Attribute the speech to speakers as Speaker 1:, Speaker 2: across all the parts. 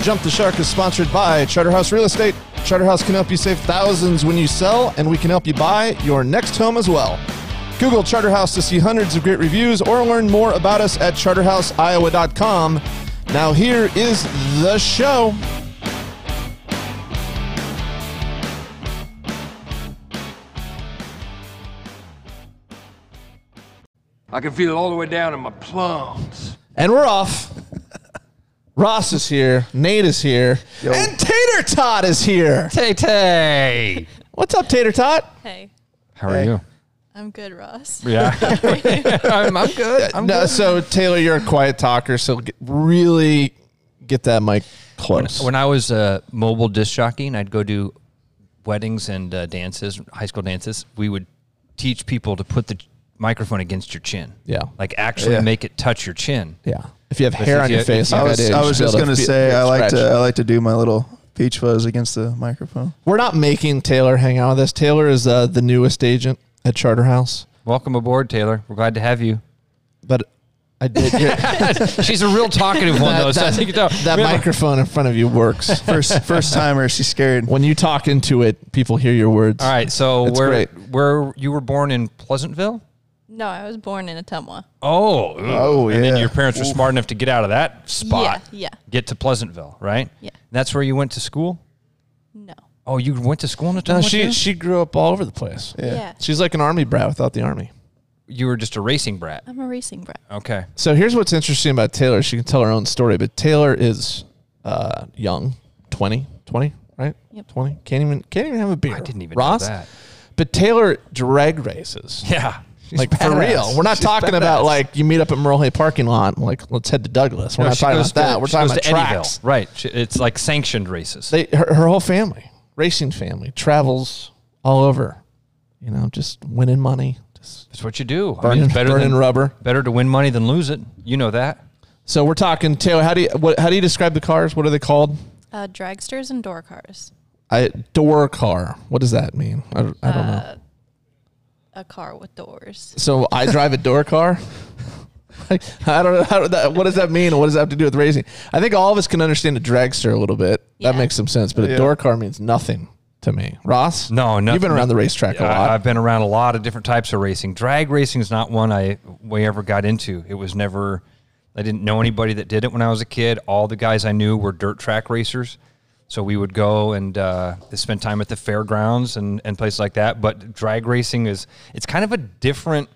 Speaker 1: Jump the Shark is sponsored by Charterhouse Real Estate. Charterhouse can help you save thousands when you sell, and we can help you buy your next home as well. Google Charterhouse to see hundreds of great reviews or learn more about us at charterhouseiowa.com. Now, here is the show.
Speaker 2: I can feel it all the way down in my plums.
Speaker 1: And we're off. Ross is here, Nate is here, and Tater Tot is here.
Speaker 3: Tay Tay.
Speaker 1: What's up, Tater Tot?
Speaker 4: Hey,
Speaker 3: How are you?
Speaker 4: I'm good, Ross.
Speaker 3: Yeah. I'm, I'm good. I'm
Speaker 1: No,
Speaker 3: good.
Speaker 1: so Taylor, you're a quiet talker, so get, really get that mic close.
Speaker 3: When I was a mobile disc jockey and I'd go do weddings and uh, dances, high school dances, we would teach people to put the microphone against your chin.
Speaker 1: Yeah.
Speaker 3: Like actually
Speaker 5: Yeah.
Speaker 3: make it touch your chin.
Speaker 1: Yeah. If you have hair
Speaker 3: if
Speaker 1: on
Speaker 3: you-
Speaker 1: your
Speaker 3: if
Speaker 1: face,
Speaker 3: you-
Speaker 5: I
Speaker 1: like
Speaker 5: was,
Speaker 1: did,
Speaker 5: I
Speaker 1: you
Speaker 5: was
Speaker 1: should
Speaker 5: just
Speaker 1: be able
Speaker 5: gonna
Speaker 1: feel-
Speaker 5: say I uh, like to
Speaker 1: scratch.
Speaker 5: I like to do my little peach fuzz against the microphone.
Speaker 1: We're not making Taylor hang out with us. Taylor is uh, the newest agent at Charterhouse,
Speaker 3: Welcome aboard, Taylor. We're glad to have you.
Speaker 1: but I did. That,
Speaker 3: She's a real talkative one, though. so I think you know,
Speaker 1: that
Speaker 3: we have a-
Speaker 1: microphone in front of you works.
Speaker 5: First first timer, she's scared.
Speaker 1: When you talk into it, people hear your words.
Speaker 3: All right. So
Speaker 1: It's
Speaker 3: where
Speaker 1: great.
Speaker 3: where you were born in Pleasantville?
Speaker 4: No, I was born in Ottumwa.
Speaker 3: Oh.
Speaker 5: Oh,
Speaker 3: And then
Speaker 5: yeah.
Speaker 3: your parents were smart enough to get out of that spot.
Speaker 4: Yeah, yeah.
Speaker 3: Get to Pleasantville, right?
Speaker 4: Yeah.
Speaker 3: That's where you went to school?
Speaker 4: No.
Speaker 3: Oh, you went to school in a
Speaker 1: No,
Speaker 3: town?
Speaker 1: she she grew up all over the place.
Speaker 4: Yeah.
Speaker 1: She's like an army brat without the army.
Speaker 3: you were just a racing brat.
Speaker 4: I'm a racing brat.
Speaker 3: Okay.
Speaker 1: So here's what's interesting about Taylor. She can tell her own story, but Taylor is uh, young, 20, 20, right?
Speaker 4: Yep.
Speaker 1: 20. Can't even can't even have a beer.
Speaker 3: I didn't even know
Speaker 1: Ross?
Speaker 3: that.
Speaker 1: But Taylor drag races.
Speaker 3: Yeah.
Speaker 1: like for real. We're not talking about like you meet up at Merle Hay parking lot. And like let's head to Douglas. We're not talking about that. We're talking about tracks.
Speaker 3: Right. She- it's like sanctioned races.
Speaker 1: They her, her whole family, racing family, travels all over. You know, just winning money, just
Speaker 3: That's what you do. I mean,
Speaker 1: burning,
Speaker 3: it's better
Speaker 1: burning
Speaker 3: than
Speaker 1: rubber.
Speaker 3: better to win money than lose it. You know that.
Speaker 1: So we're talking Taylor. How do you what, how do you describe the cars? What are they called?
Speaker 4: Uh, dragsters and door cars.
Speaker 1: I door car. What does that mean? I, I don't know.
Speaker 3: Uh,
Speaker 4: A car with doors.
Speaker 1: So I drive a door car. Like, I don't know how that, what does that mean and what does that have to do with racing. I think all of us can understand a dragster a little bit. That
Speaker 4: Yeah.
Speaker 1: makes some sense, but a
Speaker 5: Yeah.
Speaker 1: door car means nothing to me. Ross,
Speaker 3: No, no-
Speaker 1: you've been around the racetrack a lot.
Speaker 3: I, I've been around a lot of different types of racing. Drag racing is not one I we ever got into. It was never. I didn't know anybody that did it when I was a kid. All the guys I knew were dirt track racers, so we would go and uh, spend time at the fairgrounds and and places like that. But drag racing is it's kind of a different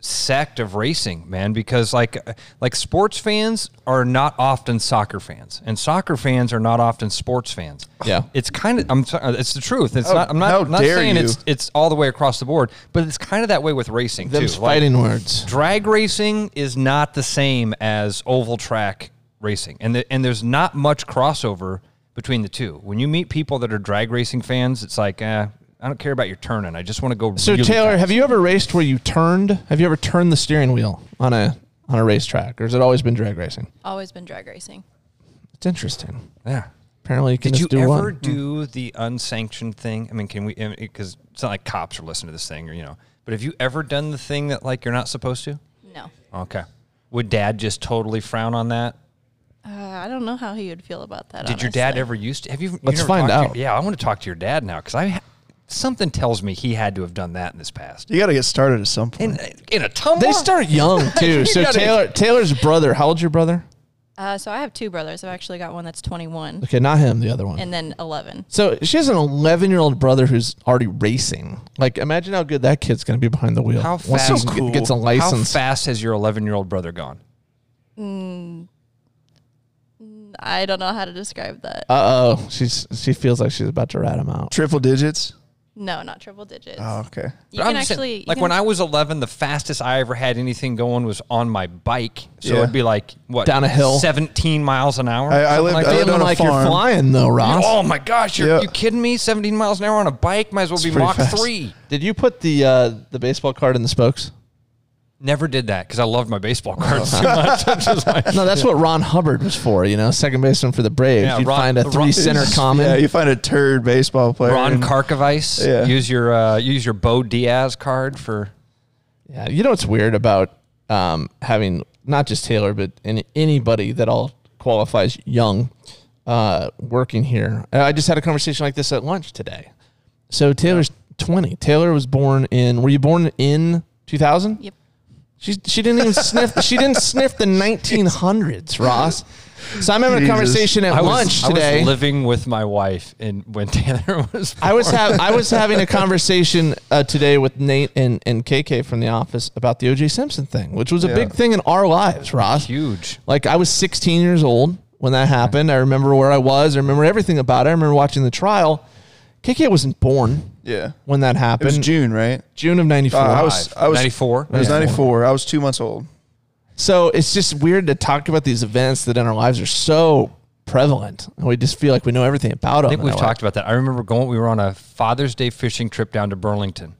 Speaker 3: sect of racing, man, because like like sports fans are not often soccer fans, and soccer fans are not often sports fans.
Speaker 1: Yeah. Oh,
Speaker 3: it's kind of I'm. t- It's the truth. It's not. I'm
Speaker 5: how
Speaker 3: not, not
Speaker 5: dare
Speaker 3: saying
Speaker 5: you.
Speaker 3: it's it's all the way across the board, but it's kind of that way with racing too.
Speaker 1: Them's
Speaker 3: Like,
Speaker 1: fighting words.
Speaker 3: drag racing is not the same as oval track racing, and the, and there's not much crossover between the two. When you meet people that are drag racing fans, it's like. Eh, I don't care about your turning. I just want to go.
Speaker 1: So
Speaker 3: really
Speaker 1: Taylor,
Speaker 3: fast.
Speaker 1: have you ever raced where you turned? Have you ever turned the steering wheel on a on a racetrack, or has it always been drag racing?
Speaker 4: Always been drag racing.
Speaker 1: It's interesting.
Speaker 3: Yeah.
Speaker 1: Apparently, you can
Speaker 3: Did you
Speaker 1: just do
Speaker 3: ever
Speaker 1: one.
Speaker 3: do the unsanctioned thing? I mean, can we? Because it's not like cops are listening to this thing, or you know. But have you ever done the thing that like you're not supposed to?
Speaker 4: No.
Speaker 3: Okay. Would Dad just totally frown on that?
Speaker 4: Uh, I don't know how he would feel about that.
Speaker 3: Did your dad
Speaker 4: honestly.
Speaker 3: ever used to? Have you? you
Speaker 1: Let's
Speaker 3: never
Speaker 1: find
Speaker 3: talked to-
Speaker 1: out.
Speaker 3: yeah, I want to talk to your dad now because I ha- something tells me he had to have done that in this past.
Speaker 5: You gotta get started at some point.
Speaker 3: In, in a tumble.
Speaker 1: They start young too.
Speaker 3: You
Speaker 1: so
Speaker 3: gotta-
Speaker 1: Taylor, Taylor's brother. How old's your brother?
Speaker 4: Uh, so I have two brothers. I've actually got one that's 21
Speaker 1: Okay, not him. The other one.
Speaker 4: and then 11.
Speaker 1: So she has an 11 year old brother who's already racing. Like, imagine how good that kid's going to be behind the wheel.
Speaker 3: How
Speaker 1: Once he
Speaker 3: fast-
Speaker 1: g- gets a
Speaker 3: How
Speaker 1: license.
Speaker 3: fast has your 11 year old brother gone?
Speaker 4: I don't know how to describe that.
Speaker 1: Uh oh, she's she feels like she's about to rat him out.
Speaker 5: Triple digits.
Speaker 4: No, not triple digits.
Speaker 5: Oh, okay.
Speaker 4: You
Speaker 3: uh, But I'm
Speaker 4: can
Speaker 3: just saying,
Speaker 4: actually you
Speaker 3: like when
Speaker 4: can-
Speaker 3: I was 11, the fastest I ever had anything going was on my bike. So
Speaker 5: Yeah.
Speaker 3: it'd be like what
Speaker 1: Down a hill.
Speaker 3: 17 miles an hour.
Speaker 5: I- I
Speaker 3: something
Speaker 5: lived-
Speaker 3: like
Speaker 5: I
Speaker 3: that.
Speaker 5: lived
Speaker 1: Feeling
Speaker 5: on a
Speaker 1: like you're
Speaker 5: farm.
Speaker 1: flying though, Ross.
Speaker 3: Oh my gosh, you're
Speaker 5: Yeah.
Speaker 3: you kidding me? 17 miles an hour on a bike might as well be
Speaker 5: pretty
Speaker 3: Mach
Speaker 5: fast.
Speaker 3: 3.
Speaker 1: Did you put the uh, the baseball card in the spokes?
Speaker 3: Never did that because I loved my baseball cards too much. I'm just like,
Speaker 1: No, that's what Ron Hubbard was for. You know, second baseman for the Braves.
Speaker 3: Yeah,
Speaker 1: You'd
Speaker 3: Ron-
Speaker 1: find a
Speaker 3: Ron-
Speaker 1: three center common.
Speaker 5: Yeah, you find a turd baseball player.
Speaker 3: Ron
Speaker 5: and-
Speaker 3: Karkovice.
Speaker 5: Yeah.
Speaker 3: Use your uh, use your Bo Diaz card for
Speaker 1: Yeah, you know what's weird about um, having not just Taylor, but any, anybody that all qualifies young uh, working here. Uh, I just had a conversation like this at lunch today. So Taylor's 20. Taylor was born in. Were you born in 2000?
Speaker 4: Yep.
Speaker 1: She, she didn't even sniff. She didn't sniff the 1900s, Ross. So I'm having a
Speaker 5: Jesus.
Speaker 1: conversation at
Speaker 3: I was-
Speaker 1: lunch
Speaker 3: I was,
Speaker 1: today.
Speaker 3: living with my wife and when Taylor was
Speaker 1: I was have I was having a conversation uh, today with Nate and, and KK from the office about the OJ Simpson thing, which was a
Speaker 5: Yeah.
Speaker 1: big thing in our lives, Ross.
Speaker 3: huge.
Speaker 1: Like I was 16 years old when that happened. I remember where I was. I remember everything about it. I remember watching the trial. KK wasn't born
Speaker 5: Yeah.
Speaker 1: when that
Speaker 5: It was
Speaker 1: happened.
Speaker 5: June, right?
Speaker 1: June of '94.
Speaker 5: Uh, I was I was
Speaker 3: 94.
Speaker 5: I was
Speaker 1: Yeah.
Speaker 5: 94. I was two months old.
Speaker 1: So it's just weird to talk about these events that in our lives are so prevalent, and we just feel like we know everything about them.
Speaker 3: I think
Speaker 1: in
Speaker 3: we've
Speaker 1: our
Speaker 3: talked about that. I remember going. We were on a Father's Day fishing trip down to Burlington,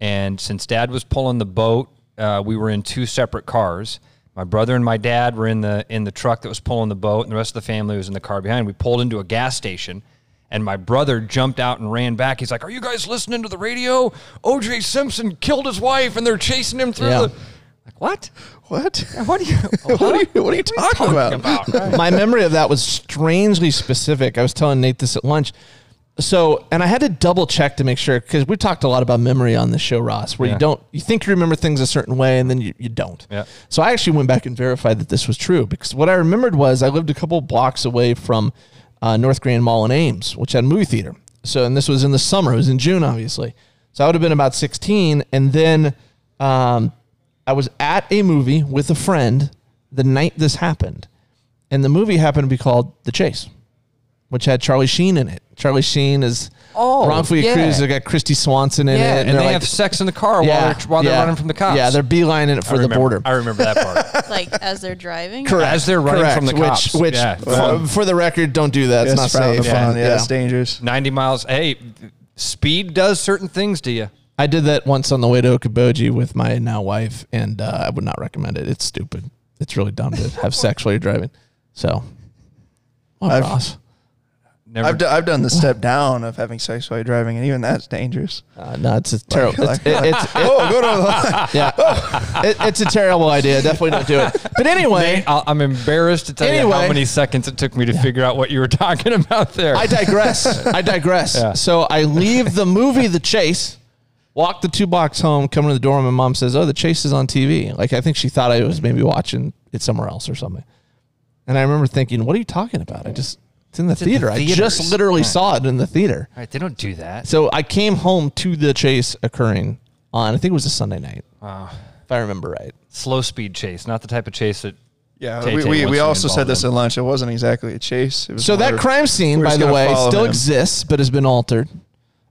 Speaker 3: and since Dad was pulling the boat, uh, we were in two separate cars. My brother and my dad were in the in the truck that was pulling the boat, and the rest of the family was in the car behind. We pulled into a gas station, and my brother jumped out and ran back. He's like, "Are you guys listening to the radio? O.J. Simpson killed his wife, and they're chasing him through
Speaker 1: Yeah.
Speaker 3: the." Like what?
Speaker 5: What?
Speaker 3: What are you?
Speaker 5: what, are you, what are you talking about?
Speaker 1: my memory of that was strangely specific. I was telling Nate this at lunch. So, and I had to double check to make sure because we talked a lot about memory on the show, Ross, where
Speaker 3: Yeah.
Speaker 1: you don't, you think you remember things a certain way and then you, you don't.
Speaker 3: Yeah.
Speaker 1: So I actually went back and verified that this was true because what I remembered was I lived a couple blocks away from uh, North Grand Mall in Ames, which had a movie theater. So, and this was in the summer, it was in June, obviously. So I would have been about 16. And then um, I was at a movie with a friend the night this happened. And the movie happened to be called The Chase, which had Charlie Sheen in it. Charlie Sheen is
Speaker 3: Oh,
Speaker 1: wrongfully
Speaker 3: yeah.
Speaker 1: accused. They got Christy Swanson in
Speaker 3: Yeah,
Speaker 1: it.
Speaker 3: and, they
Speaker 1: they're
Speaker 3: have
Speaker 1: like-
Speaker 3: sex in the car while they're, while they're
Speaker 1: yeah.
Speaker 3: running from the cops.
Speaker 1: Yeah, they're beelining it
Speaker 3: I
Speaker 1: for the
Speaker 3: remember-
Speaker 1: border.
Speaker 3: I remember that part.
Speaker 4: like as they're driving.
Speaker 3: As they're running from the
Speaker 1: which,
Speaker 3: cops.
Speaker 1: Which,
Speaker 3: Yeah.
Speaker 1: for, for the record, don't do that. It's
Speaker 5: That's
Speaker 1: not
Speaker 5: frowned
Speaker 1: safe.
Speaker 5: upon. Yeah, it's dangerous.
Speaker 3: 90 miles. Hey, speed does certain things to you.
Speaker 1: I did that once on the way to Okaboji with my now wife, and uh, I would not recommend it. It's stupid. It's really dumb to have sex while you're driving. So, Well,
Speaker 5: I've-
Speaker 1: Ross,
Speaker 3: Never.
Speaker 5: I've, d- I've done the step down of having sex while you're driving, and even that's dangerous.
Speaker 1: uh, no, it's a terrible. It's,
Speaker 5: like-
Speaker 1: it, it's, it-
Speaker 5: Oh, go to the
Speaker 1: yeah, it, it's a terrible idea. Definitely don't do it. But anyway,
Speaker 3: I- I'm embarrassed to tell you how
Speaker 1: Anyway.
Speaker 3: many seconds it took me to figure out what you were talking about there.
Speaker 1: I digress. I digress.
Speaker 3: Yeah.
Speaker 1: So I leave the movie The Chase, walk the two blocks home, come to the door, and my mom says, "Oh, The Chase is on TV." Like I think she thought I was maybe watching it somewhere else or something. And I remember thinking, "What are you talking about? I just it's in the
Speaker 3: in the
Speaker 1: theater. I just
Speaker 3: theaters.
Speaker 1: literally saw it in the theater."
Speaker 3: All right, they don't do that.
Speaker 1: So I came home to The Chase occurring on I think it was a Sunday night,
Speaker 3: Wow.
Speaker 1: if I remember right.
Speaker 3: Slow speed chase, not the type of chase that.
Speaker 5: Yeah,
Speaker 3: Tay-Tay
Speaker 5: we, we,
Speaker 3: wants
Speaker 5: we
Speaker 3: to be
Speaker 5: also said
Speaker 3: involved
Speaker 5: this
Speaker 3: in.
Speaker 5: at lunch. It wasn't exactly a chase. It was
Speaker 1: So
Speaker 5: more
Speaker 1: that
Speaker 5: of-
Speaker 1: crime scene,
Speaker 5: we're
Speaker 1: by
Speaker 5: just
Speaker 1: the
Speaker 5: gonna
Speaker 1: way,
Speaker 5: follow
Speaker 1: still
Speaker 5: him.
Speaker 1: exists, but has been altered.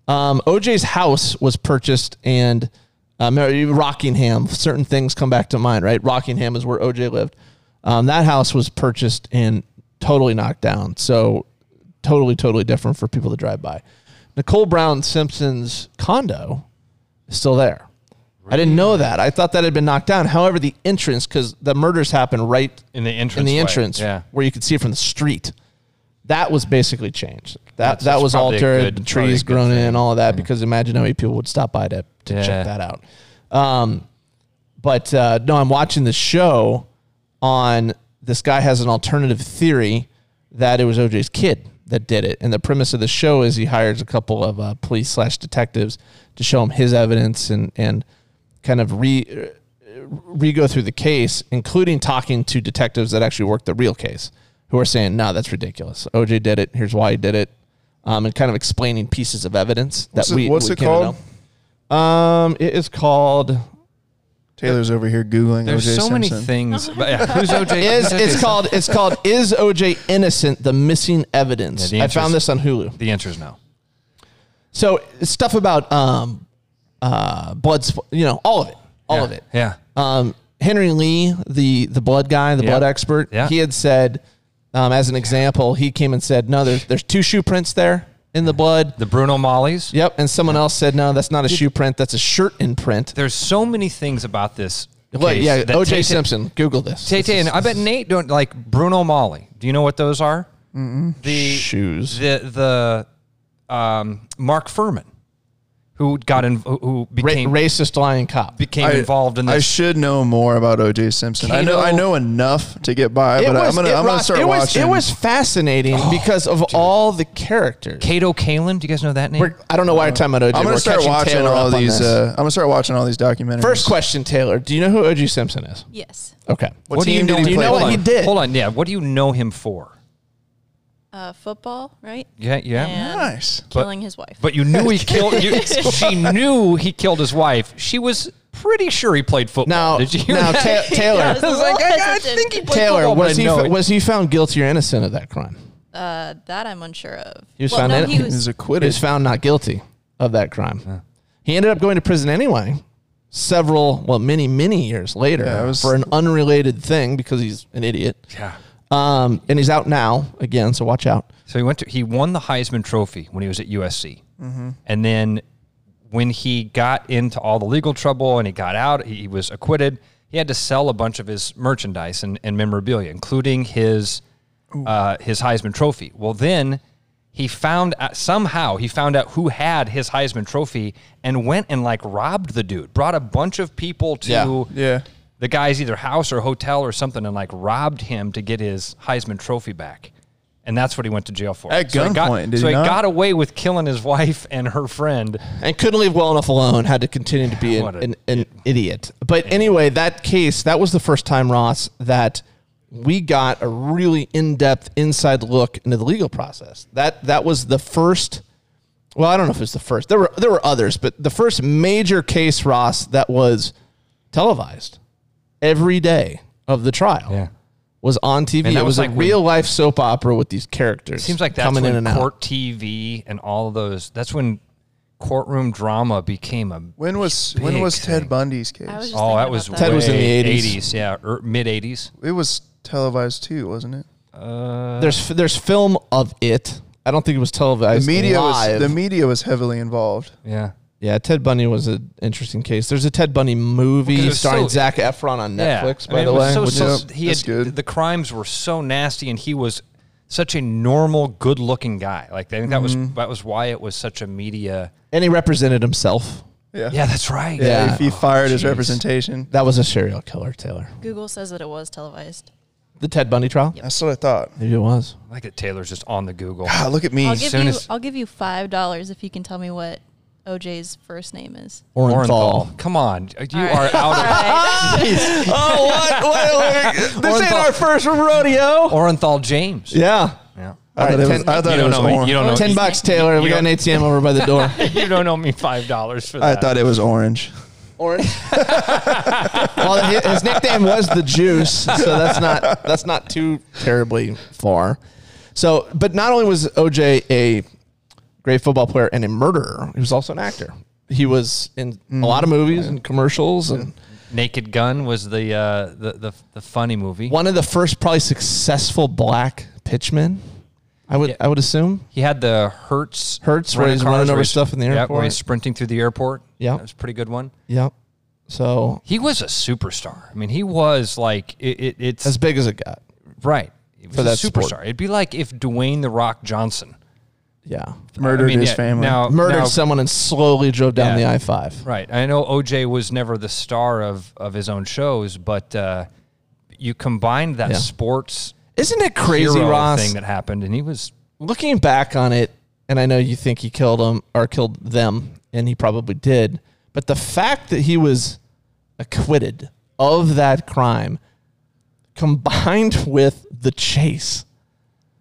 Speaker 1: Um, OJ's house was purchased, and um, Rockingham. Certain things come back to mind, right? Rockingham is where OJ lived. Um, that house was purchased and totally knocked down. So totally, totally different for people to drive by. Nicole Brown Simpson's condo is still there. I didn't know that. I thought that had been knocked down. However, the entrance, because the murders happened right
Speaker 3: In the entrance.
Speaker 1: in the
Speaker 3: way.
Speaker 1: entrance
Speaker 3: Yeah.
Speaker 1: where you could see it from the street. That was basically changed. That
Speaker 3: That's-
Speaker 1: that
Speaker 3: that's
Speaker 1: was
Speaker 3: probably a
Speaker 1: altered,
Speaker 3: good-
Speaker 1: the
Speaker 3: probably a
Speaker 1: trees
Speaker 3: good
Speaker 1: grown in,
Speaker 3: thing.
Speaker 1: and all of that because imagine how many people would stop by to, to
Speaker 3: Yeah.
Speaker 1: check that out. Um, but uh, no, I'm watching the show on this guy has an alternative theory that it was OJ's kid that did it, and the premise of the show is he hires a couple of uh, police slash detectives to show him his evidence and and kind of re re go through the case, including talking to detectives that actually worked the real case, who are saying, "No, that's ridiculous. OJ did it. Here's why he did it," um, and kind of explaining pieces of evidence
Speaker 5: What's
Speaker 1: that
Speaker 5: it-
Speaker 1: we
Speaker 5: what's
Speaker 1: we
Speaker 5: it
Speaker 1: came to
Speaker 5: called?
Speaker 1: know. Um, it is called
Speaker 5: Taylor's over here googling.
Speaker 3: There's
Speaker 5: OJ
Speaker 3: so many
Speaker 5: Simpson.
Speaker 3: things. But yeah, who's OJ?
Speaker 1: is
Speaker 3: who's
Speaker 1: it's
Speaker 3: OJ?
Speaker 1: called it's called is OJ innocent? The missing evidence.
Speaker 3: Yeah, the
Speaker 1: I found
Speaker 3: answer's-
Speaker 1: this on Hulu.
Speaker 3: The answer is no.
Speaker 1: So stuff about um, uh, blood, sp- you know, all of it, all
Speaker 3: Yeah.
Speaker 1: of it.
Speaker 3: Yeah.
Speaker 1: Um, Henry Lee, the the blood guy, the
Speaker 3: Yeah.
Speaker 1: blood expert,
Speaker 3: Yeah.
Speaker 1: he had said, um, as an example, he came and said, no, there's there's two shoe prints there in the blood.
Speaker 3: The Bruno Mollies.
Speaker 1: Yep. And someone else said, no, that's not a shoe print. That's a shirt imprint.
Speaker 3: There's so many things about this.
Speaker 1: Look,
Speaker 3: case
Speaker 1: yeah.
Speaker 3: that
Speaker 1: O.J.
Speaker 3: take it-
Speaker 1: Simpson. Google this.
Speaker 3: Tay Tay, and I bet Nate don't like Bruno Molly. Do you know what those are? The
Speaker 1: Shoes.
Speaker 3: The the um, Mark Furman, who got in, who- who
Speaker 1: Ra-
Speaker 3: became
Speaker 1: racist lying cop.
Speaker 3: became
Speaker 5: I-
Speaker 3: involved in this.
Speaker 5: I should know more about O.J. Simpson. I know
Speaker 3: Kato-
Speaker 5: I know enough to get by,
Speaker 1: It
Speaker 5: but
Speaker 1: was-
Speaker 5: I'm gonna
Speaker 1: it
Speaker 5: I'm gonna
Speaker 1: rocked.
Speaker 5: start
Speaker 1: it was,
Speaker 5: watching.
Speaker 1: It was fascinating
Speaker 3: Oh,
Speaker 1: because of all the characters.
Speaker 3: Cato Kalin. Do you guys know that name?
Speaker 1: We're- I don't know why we're talking about OJ.
Speaker 5: I'm
Speaker 1: We're
Speaker 5: gonna start
Speaker 1: catching
Speaker 5: watching
Speaker 1: Taylor
Speaker 5: all
Speaker 1: up on
Speaker 5: these.
Speaker 1: this.
Speaker 5: Uh, I'm gonna start watching all these documentaries.
Speaker 1: First question, Taylor. Do you know who OJ Simpson is?
Speaker 4: Yes.
Speaker 1: Okay.
Speaker 5: What team did
Speaker 3: him
Speaker 5: he
Speaker 1: you
Speaker 3: for?
Speaker 5: play
Speaker 1: know
Speaker 5: for?
Speaker 1: what he
Speaker 3: on.
Speaker 1: did?
Speaker 3: Hold on, yeah. What do you know him for?
Speaker 4: Uh, football, right?
Speaker 3: Yeah, yeah.
Speaker 4: And
Speaker 5: Nice.
Speaker 4: Killing his wife.
Speaker 3: But you knew he killed. You, she knew he killed his wife. She was pretty sure he played
Speaker 1: Now,
Speaker 3: football. Did you hear
Speaker 1: now,
Speaker 3: that?
Speaker 1: Ta- Taylor,
Speaker 4: I was like, I, think he
Speaker 1: Taylor,
Speaker 3: football, but
Speaker 1: was
Speaker 3: I
Speaker 1: he
Speaker 3: know
Speaker 1: fo-
Speaker 3: it.
Speaker 1: was he found guilty or innocent of that crime?
Speaker 4: uh, that I'm unsure of.
Speaker 1: He was
Speaker 4: well,
Speaker 1: found
Speaker 4: no,
Speaker 1: in-
Speaker 4: he
Speaker 5: He's
Speaker 4: was.
Speaker 1: He was
Speaker 5: acquitted.
Speaker 1: found not guilty of that crime. He ended up going to prison anyway. Several, well, many, many years later
Speaker 5: Yeah, it was-
Speaker 1: for an unrelated thing because he's an idiot.
Speaker 3: Yeah.
Speaker 1: Um, and he's out now again, so watch out.
Speaker 3: So he went to he won the Heisman Trophy when he was at USC, Mm-hmm. and then when he got into all the legal trouble and he got out, he, he was acquitted. He had to sell a bunch of his merchandise and, and memorabilia, including his uh, his Heisman Trophy. Well, then he found out, somehow he found out who had his Heisman Trophy and went and like robbed the dude. Brought a bunch of people to
Speaker 1: Yeah.
Speaker 5: Yeah.
Speaker 3: the guy's either house or hotel or something and like robbed him to get his Heisman Trophy back. And that's what he went to jail for.
Speaker 5: At
Speaker 3: he got-
Speaker 5: gunpoint, did
Speaker 3: so
Speaker 5: he
Speaker 3: he
Speaker 5: not?
Speaker 3: got away with killing his wife and her friend.
Speaker 1: and couldn't leave well enough alone. Had to continue to be an,
Speaker 3: What a-
Speaker 1: an, an idiot. But anyway, that case that was the first time Ross that we got a really in-depth inside look into the legal process. That that was the first. Well, I don't know if it's the first. There were there were others, but the first major case Ross that was televised every day of the trial.
Speaker 3: Yeah.
Speaker 1: Was on TV.
Speaker 3: Man, that
Speaker 1: it was,
Speaker 3: was
Speaker 1: a
Speaker 3: like when-
Speaker 1: real life soap opera with these characters.
Speaker 3: Seems like that's
Speaker 1: coming
Speaker 3: when
Speaker 1: in and out.
Speaker 3: court TV and all of those. That's when courtroom drama became a.
Speaker 5: When was when
Speaker 3: big
Speaker 5: was Ted
Speaker 3: thing.
Speaker 5: Bundy's case?
Speaker 4: I was just
Speaker 3: Oh,
Speaker 4: thinking
Speaker 3: that
Speaker 4: about
Speaker 3: was
Speaker 4: that.
Speaker 1: Ted was in
Speaker 3: way
Speaker 1: the 80s.
Speaker 3: 80s, yeah, er, or mid 80s.
Speaker 5: it was televised too, wasn't it?
Speaker 1: There's there's film of it. I don't think it was televised.
Speaker 5: The media
Speaker 1: live.
Speaker 5: was the media was heavily involved.
Speaker 3: Yeah,
Speaker 1: yeah, Ted Bundy was an interesting case. There's a Ted Bundy movie
Speaker 3: Because it was
Speaker 1: starring
Speaker 3: so-
Speaker 1: Zach Efron on
Speaker 3: yeah.
Speaker 1: Netflix.
Speaker 3: I
Speaker 1: By
Speaker 3: mean, it
Speaker 1: the
Speaker 3: was
Speaker 1: way,
Speaker 3: so-
Speaker 1: Which-
Speaker 3: so,
Speaker 5: Yep,
Speaker 3: he had,
Speaker 5: that's good.
Speaker 3: the crimes were so nasty, and he was such a normal, good-looking guy. Like I think that was
Speaker 5: Mm-hmm.
Speaker 3: that was why it was such a media.
Speaker 1: and he represented himself.
Speaker 5: Yeah.
Speaker 3: Yeah, that's right.
Speaker 1: Yeah.
Speaker 5: If he fired his
Speaker 3: jeez.
Speaker 5: representation,
Speaker 1: That was a serial killer, Taylor.
Speaker 4: Google says that it was televised.
Speaker 1: The Ted Bundy trial.
Speaker 5: that's what I thought.
Speaker 1: Maybe it was.
Speaker 3: I like that Taylor's just on the Google.
Speaker 5: Ah, look at me.
Speaker 4: I'll give
Speaker 3: soon
Speaker 4: you.
Speaker 3: as-
Speaker 4: I'll give you five dollars if you can tell me what OJ's first name is.
Speaker 1: Orenthal.
Speaker 3: Orenthal. Come on. You
Speaker 4: All
Speaker 3: are
Speaker 4: right. All
Speaker 3: out of
Speaker 4: right.
Speaker 1: oh, what? Wait, wait, This
Speaker 3: ain't our
Speaker 1: first rodeo.
Speaker 3: Orenthal James.
Speaker 1: Yeah.
Speaker 3: Yeah.
Speaker 5: I thought it was,
Speaker 1: ten-
Speaker 5: I thought
Speaker 3: You
Speaker 5: it
Speaker 3: don't
Speaker 5: was
Speaker 3: know me.
Speaker 5: orange.
Speaker 3: You don't know.
Speaker 1: Ten bucks, Taylor. We
Speaker 3: You
Speaker 1: got an
Speaker 3: don't-
Speaker 1: ATM over by the door.
Speaker 3: You don't owe me five dollars for
Speaker 5: I
Speaker 3: that.
Speaker 5: thought it was orange.
Speaker 1: Orange. well, hi- his nickname was the Juice, so that's not that's not too terribly far. So, but not only was OJ a great football player and a murderer, he was also an actor. He was in a lot of
Speaker 3: Mm-hmm.
Speaker 1: movies and commercials, and
Speaker 3: Naked Gun was the uh, the, the the funny movie.
Speaker 1: one of the first probably successful black pitchmen. I would I would assume.
Speaker 3: He had the Hertz
Speaker 1: Hertz, where
Speaker 3: rental
Speaker 1: he's
Speaker 3: cars
Speaker 1: running
Speaker 3: where
Speaker 1: over
Speaker 3: he's-
Speaker 1: stuff in the
Speaker 3: Yeah, where
Speaker 1: airport.
Speaker 3: he's sprinting through the airport.
Speaker 1: Yeah.
Speaker 3: that was a pretty good one.
Speaker 1: Yep. So
Speaker 3: He was a superstar. I mean, he was like it, it, it's
Speaker 1: as big as it got.
Speaker 3: right. It was
Speaker 1: for
Speaker 3: a
Speaker 1: that
Speaker 3: superstar.
Speaker 1: sport.
Speaker 3: It'd be like if Dwayne the Rock Johnson
Speaker 1: Yeah.
Speaker 5: Murdered
Speaker 3: I mean,
Speaker 5: his
Speaker 3: yeah,
Speaker 5: family.
Speaker 3: Now,
Speaker 1: Murdered
Speaker 3: now-
Speaker 1: someone and slowly drove down
Speaker 3: Yeah.
Speaker 1: the I five.
Speaker 3: Right. I know OJ was never the star of, of his own shows, but uh, you combined that
Speaker 1: Yeah.
Speaker 3: sports
Speaker 1: Isn't it crazy,
Speaker 3: hero
Speaker 1: Ross?
Speaker 3: thing that happened, and he was
Speaker 1: looking back on it, and I know you think he killed him or killed them, and he probably did, but the fact that he was acquitted of that crime combined with the chase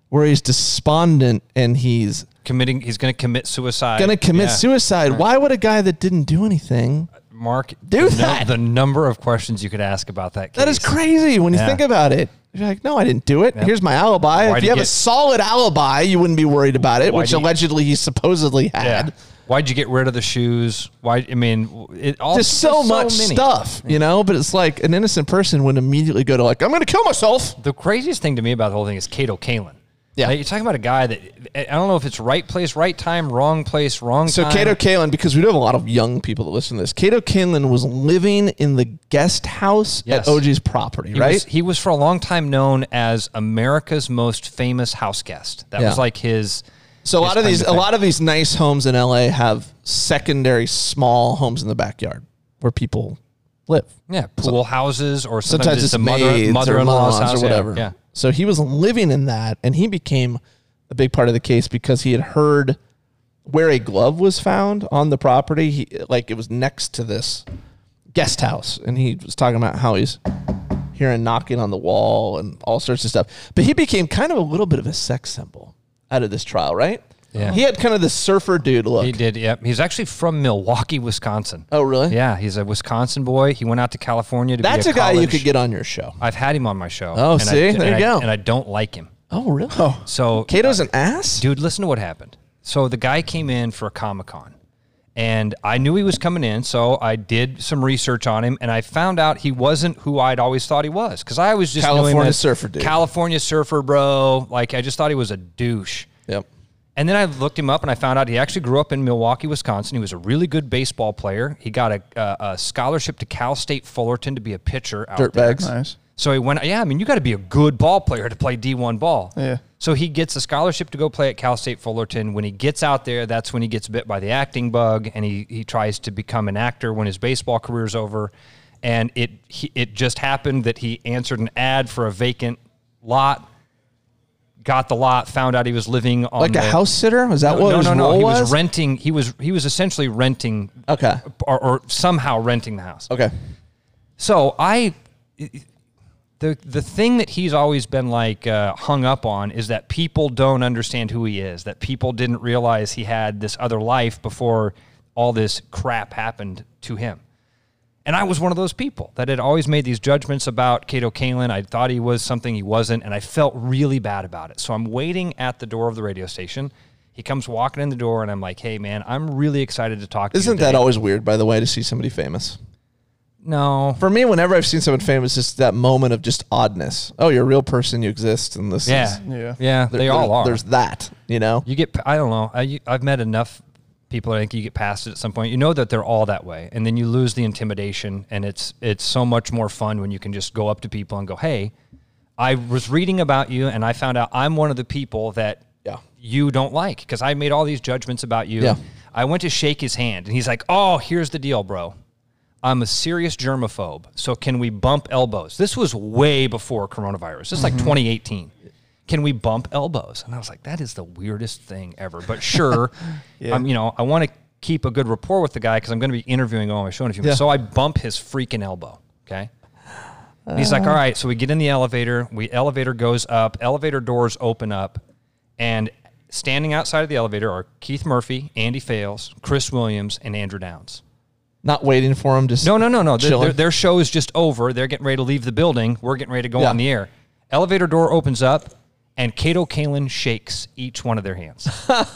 Speaker 1: where he's despondent and he's
Speaker 3: committing. He's going to commit suicide.
Speaker 1: going to commit
Speaker 3: Yeah.
Speaker 1: suicide. Why would a guy that didn't do anything?
Speaker 3: Mark,
Speaker 1: Do
Speaker 3: the nu-
Speaker 1: that.
Speaker 3: the number of questions you could ask about that. Case.
Speaker 1: That is crazy when you
Speaker 3: Yeah.
Speaker 1: think about it. You're like, no, I didn't do it. Here's my alibi.
Speaker 3: Why'd
Speaker 1: if you
Speaker 3: you
Speaker 1: have a
Speaker 3: get-
Speaker 1: solid alibi, you wouldn't be worried about it,
Speaker 3: Why'd
Speaker 1: which
Speaker 3: you-
Speaker 1: allegedly he supposedly had.
Speaker 3: Yeah. Why'd you get rid of the shoes? Why? I mean, it all
Speaker 1: Just so,
Speaker 3: there's
Speaker 1: much
Speaker 3: many.
Speaker 1: stuff, you know. But it's like an innocent person would immediately go to like, I'm going to kill myself.
Speaker 3: The craziest thing to me about the whole thing is Cato Kalin.
Speaker 1: Yeah.
Speaker 3: Like, you're talking about a guy that I don't know if it's right place, right time, wrong place, wrong
Speaker 1: So
Speaker 3: time.
Speaker 1: Cato Kalin, because we do have a lot of young people that listen to this. Cato Kalin was living in the guest house
Speaker 3: Yes.
Speaker 1: at OG's property,
Speaker 3: He
Speaker 1: right?
Speaker 3: Was, he was for a long time known as America's most famous house guest. That
Speaker 1: Yeah.
Speaker 3: was like his.
Speaker 1: so a lot
Speaker 3: his
Speaker 1: of
Speaker 3: claim
Speaker 1: these,
Speaker 3: to
Speaker 1: a
Speaker 3: fame.
Speaker 1: lot of these nice homes in LA have secondary small homes in the backyard where people live.
Speaker 3: Yeah, pool houses or sometimes,
Speaker 1: Sometimes
Speaker 3: it's
Speaker 1: it's
Speaker 3: a
Speaker 1: maids or
Speaker 3: mother mother in law's
Speaker 1: moms
Speaker 3: house
Speaker 1: or
Speaker 3: yeah,
Speaker 1: whatever.
Speaker 3: Yeah,
Speaker 1: So he was living in that, and he became a big part of the case because he had heard where a glove was found on the property. He, like it was next to this guest house, and he was talking about how he's hearing knocking on the wall and all sorts of stuff. But he became kind of a little bit of a sex symbol out of this trial, right?
Speaker 3: Yeah.
Speaker 1: He had kind of the surfer dude look.
Speaker 3: he did. Yeah, he's actually from Milwaukee, Wisconsin.
Speaker 1: Oh, really?
Speaker 3: Yeah, he's a Wisconsin boy. He went out to California to.
Speaker 1: That's
Speaker 3: be
Speaker 1: a,
Speaker 3: a,
Speaker 1: guy you
Speaker 3: college-
Speaker 1: could get on your show.
Speaker 3: I've had him on my show.
Speaker 1: Oh,
Speaker 3: and
Speaker 1: see?
Speaker 3: I,
Speaker 1: There
Speaker 3: and
Speaker 1: you
Speaker 3: I-
Speaker 1: go.
Speaker 3: And I don't like him.
Speaker 1: Oh, really? Oh.
Speaker 3: So
Speaker 1: Cato's an ass?
Speaker 3: dude listen to what happened so the guy came in for a comic-con and i knew he was coming in so i did some research on him and i found out he wasn't who i'd always thought he was because i was just knew him
Speaker 1: California
Speaker 3: as
Speaker 1: surfer dude.
Speaker 3: california surfer bro like i just thought he was a douche
Speaker 1: Yep.
Speaker 3: and then I looked him up and I found out he actually grew up in Milwaukee, Wisconsin. He was a really good baseball player. He got a, a, a scholarship to Cal State Fullerton to be a pitcher out there.
Speaker 1: Dirtbags.
Speaker 5: Nice.
Speaker 3: So he went, yeah, I mean, you got to be a good ball player to play D1 ball.
Speaker 5: Yeah.
Speaker 3: So he gets a scholarship to go play at Cal State Fullerton. When he gets out there, that's when he gets bit by the acting bug and he, he tries to become an actor when his baseball career's over. And it, he, it just happened that he answered an ad for a vacant lot, got the lot, found out he was living on
Speaker 1: Like a
Speaker 3: the-
Speaker 1: house sitter? Was that
Speaker 3: No,
Speaker 1: what
Speaker 3: no,
Speaker 1: his
Speaker 3: no, no.
Speaker 1: role
Speaker 3: he
Speaker 1: was? Uh,
Speaker 3: was renting. He was he was essentially renting,
Speaker 1: Okay.
Speaker 3: or, or somehow renting the house.
Speaker 1: Okay.
Speaker 3: So I, the the thing that he's always been like uh, hung up on is that people don't understand who he is. That people didn't realize he had this other life before all this crap happened to him. And I was one of those people that had always made these judgments about Cato Kalin. I thought he was something he wasn't, and I felt really bad about it. So I'm waiting at the door of the radio station. He comes walking in the door, and I'm like, "Hey, man, I'm really excited to talk to you."
Speaker 1: Isn't that
Speaker 3: today."
Speaker 1: always weird, by the way, to see somebody famous?
Speaker 3: No,
Speaker 1: For me, whenever I've seen someone famous, it's that moment of just oddness. Oh, you're a real person. You exist, and this
Speaker 3: Yeah,
Speaker 1: is
Speaker 5: Yeah.
Speaker 3: yeah. They
Speaker 1: there-
Speaker 3: all
Speaker 1: there-
Speaker 3: are.
Speaker 1: There's that, you know.
Speaker 3: you get. I don't know. I, you- I've met enough people. I think you get past it at some point. You know that they're all that way, and then you lose the intimidation, and it's it's so much more fun when you can just go up to people and go, "Hey, I was reading about you, and I found out I'm one of the people that
Speaker 1: Yeah.
Speaker 3: you don't like because I made all these judgments about you.
Speaker 1: Yeah.
Speaker 3: I went to shake his hand, and he's like, "Oh, here's the deal, bro." I'm a serious germaphobe, so can we bump elbows? This was way before coronavirus. This is
Speaker 1: Mm-hmm.
Speaker 3: like 2018. Can we bump elbows? And I was like, that is the weirdest thing ever. But sure, I'm, you know, I want to keep a good rapport with the guy because I'm going to be interviewing him on my show in a few minutes.
Speaker 1: Yeah.
Speaker 3: So I bump his freaking elbow. Okay. And he's
Speaker 1: Uh-huh.
Speaker 3: like, all right. So we get in the elevator. We elevator goes up. Elevator doors open up, and standing outside of the elevator are Keith Murphy, Andy Fales, Chris Williams, and Andrew Downs.
Speaker 1: Not waiting for him. Just
Speaker 3: No, no, no, no. Their,
Speaker 1: Chilling.
Speaker 3: their, their show is just over. They're getting ready to leave the building. We're getting ready to go
Speaker 1: Yeah.
Speaker 3: on the air. Elevator door opens up, and Cato Kalin shakes each one of their hands.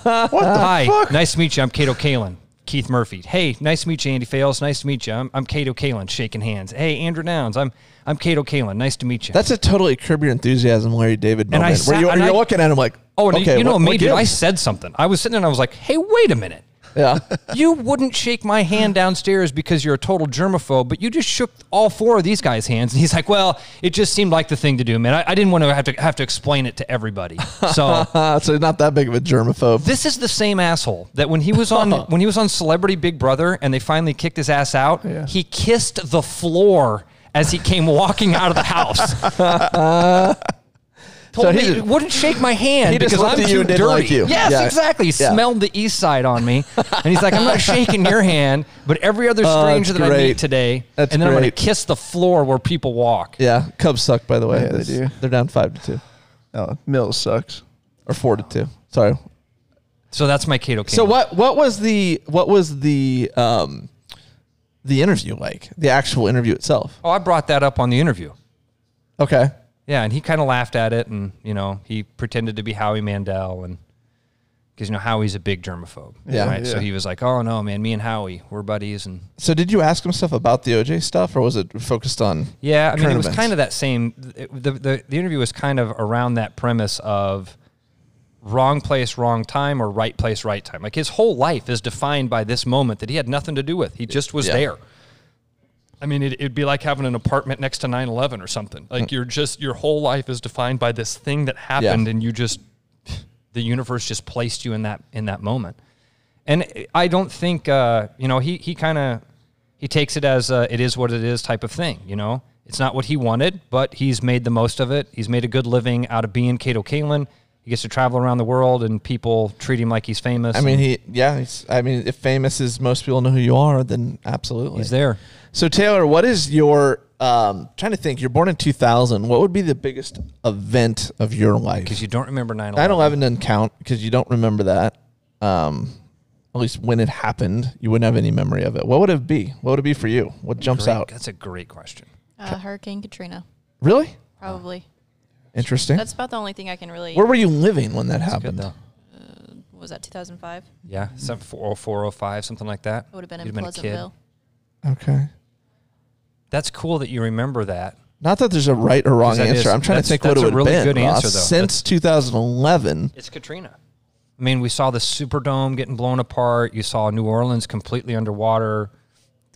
Speaker 3: Hi, nice to meet you. I'm Cato Kalin. Keith Murphy. Hey, nice to meet you, Andy Fales. Nice to meet you. I'm, I'm Cato Kalin, shaking hands. Hey, Andrew Downs. I'm I'm Cato Kalin. Nice to meet you.
Speaker 1: That's a totally curb your enthusiasm, Larry David
Speaker 3: And I
Speaker 1: moment. where
Speaker 3: sat-
Speaker 1: you,
Speaker 3: and
Speaker 1: you're
Speaker 3: I-
Speaker 1: looking at him like,
Speaker 3: oh, and
Speaker 1: okay,
Speaker 3: you know
Speaker 1: what,
Speaker 3: me,
Speaker 1: what
Speaker 3: dude. I
Speaker 1: gives?
Speaker 3: said something. I was sitting there and I was like, hey, wait a minute.
Speaker 1: yeah.
Speaker 3: You wouldn't shake my hand downstairs because you're a total germaphobe, but you just shook all four of these guys' hands. And he's like, "Well, it just seemed like the thing to do, man. I, I didn't want to have to have to explain it to everybody." So
Speaker 1: Uh, so not that big of a germaphobe.
Speaker 3: this is the same asshole that when he was on when he was on Celebrity Big Brother and they finally kicked his ass out,
Speaker 5: Yeah.
Speaker 3: he kissed the floor as he came walking out of the house. Told
Speaker 1: So
Speaker 3: me
Speaker 1: he
Speaker 3: he
Speaker 1: just-
Speaker 3: wouldn't shake my hand
Speaker 1: he just
Speaker 3: because
Speaker 1: looked
Speaker 3: I'm
Speaker 1: at you
Speaker 3: too
Speaker 1: and
Speaker 3: dirty.
Speaker 1: didn't like you.
Speaker 3: Yes,
Speaker 1: Yeah.
Speaker 3: exactly. He
Speaker 1: Yeah.
Speaker 3: smelled the east side on me, and he's like, "I'm not shaking your hand, but every other
Speaker 1: Oh,
Speaker 3: stranger that I
Speaker 1: great.
Speaker 3: meet today,
Speaker 1: That's
Speaker 3: and then I'm going
Speaker 1: great.
Speaker 3: to kiss the floor where people walk."
Speaker 1: Yeah. Cubs suck, by the way.
Speaker 5: Yeah, they
Speaker 1: It's-
Speaker 5: do.
Speaker 1: They're down five to two
Speaker 5: Oh, Mills sucks.
Speaker 1: or four to two. Sorry,
Speaker 3: So that's my Cato.
Speaker 1: So what what was the what was the um the interview like? The actual interview itself.
Speaker 3: Oh, I brought that up on the interview.
Speaker 1: Okay.
Speaker 3: Yeah, and he kind of laughed at it, and you know, he pretended to be Howie Mandel, and because you know Howie's a big germaphobe.
Speaker 1: Yeah.
Speaker 3: right. So
Speaker 5: Yeah.
Speaker 3: he was like, "Oh no, man, me and Howie, we're buddies." And
Speaker 1: So did you ask him stuff about the OJ stuff, or was it focused on?
Speaker 3: yeah, I mean,
Speaker 1: current
Speaker 3: it was
Speaker 1: events?
Speaker 3: kind of that same. It, the, the the interview was kind of around that premise of wrong place, wrong time, or right place, right time. Like his whole life is defined by this moment that he had nothing to do with. He just was
Speaker 1: Yeah.
Speaker 3: there. I mean, it, it'd be like having an apartment next to 9/11 or something.
Speaker 1: Hmm.
Speaker 3: Like you're just your whole life is defined by this thing that happened, and you just the universe just placed you in that in that moment. And I don't think uh, you know he he kind of he takes it as uh it is what it is type of thing. You know, it's not what he wanted, but he's made the most of it. He's made a good living out of being Cato Kalin. He gets to travel around the world, and people treat him like he's famous.
Speaker 1: I mean,
Speaker 3: and
Speaker 1: he yeah. He's, I mean, if famous is most people know who you are, then absolutely
Speaker 3: he's there.
Speaker 1: So Taylor, what is your um, trying to think? You're born in 2000. What would be the biggest event of your life?
Speaker 3: Because you don't remember 9/11.
Speaker 1: 9/11 doesn't count because you don't remember that. Um, at least when it happened, you wouldn't have any memory of it. What would it be? What would it be for you? What jumps
Speaker 3: Great-
Speaker 1: out?
Speaker 3: That's a great question.
Speaker 4: Uh, Hurricane Katrina,
Speaker 1: Really
Speaker 4: probably.
Speaker 1: interesting.
Speaker 4: That's about the only thing I can really.
Speaker 1: Where were you living when that happened?
Speaker 3: Good though.
Speaker 4: was that 2005?
Speaker 3: Yeah, some 40405, something like that.
Speaker 4: I would have been
Speaker 3: You'd
Speaker 4: in
Speaker 3: a kid.
Speaker 4: Pleasantville.
Speaker 1: Okay.
Speaker 3: That's cool that you remember that.
Speaker 1: Not that there's a right or wrong
Speaker 3: 'Cause that
Speaker 1: answer.
Speaker 3: is-
Speaker 1: I'm trying to
Speaker 3: that's-
Speaker 1: think what
Speaker 3: that's
Speaker 1: it
Speaker 3: a
Speaker 1: would
Speaker 3: really
Speaker 1: have been
Speaker 3: good
Speaker 1: Ross.
Speaker 3: answer, though.
Speaker 1: since 2011.
Speaker 3: It's Katrina. I mean, we saw the Superdome getting blown apart. You saw New Orleans completely underwater.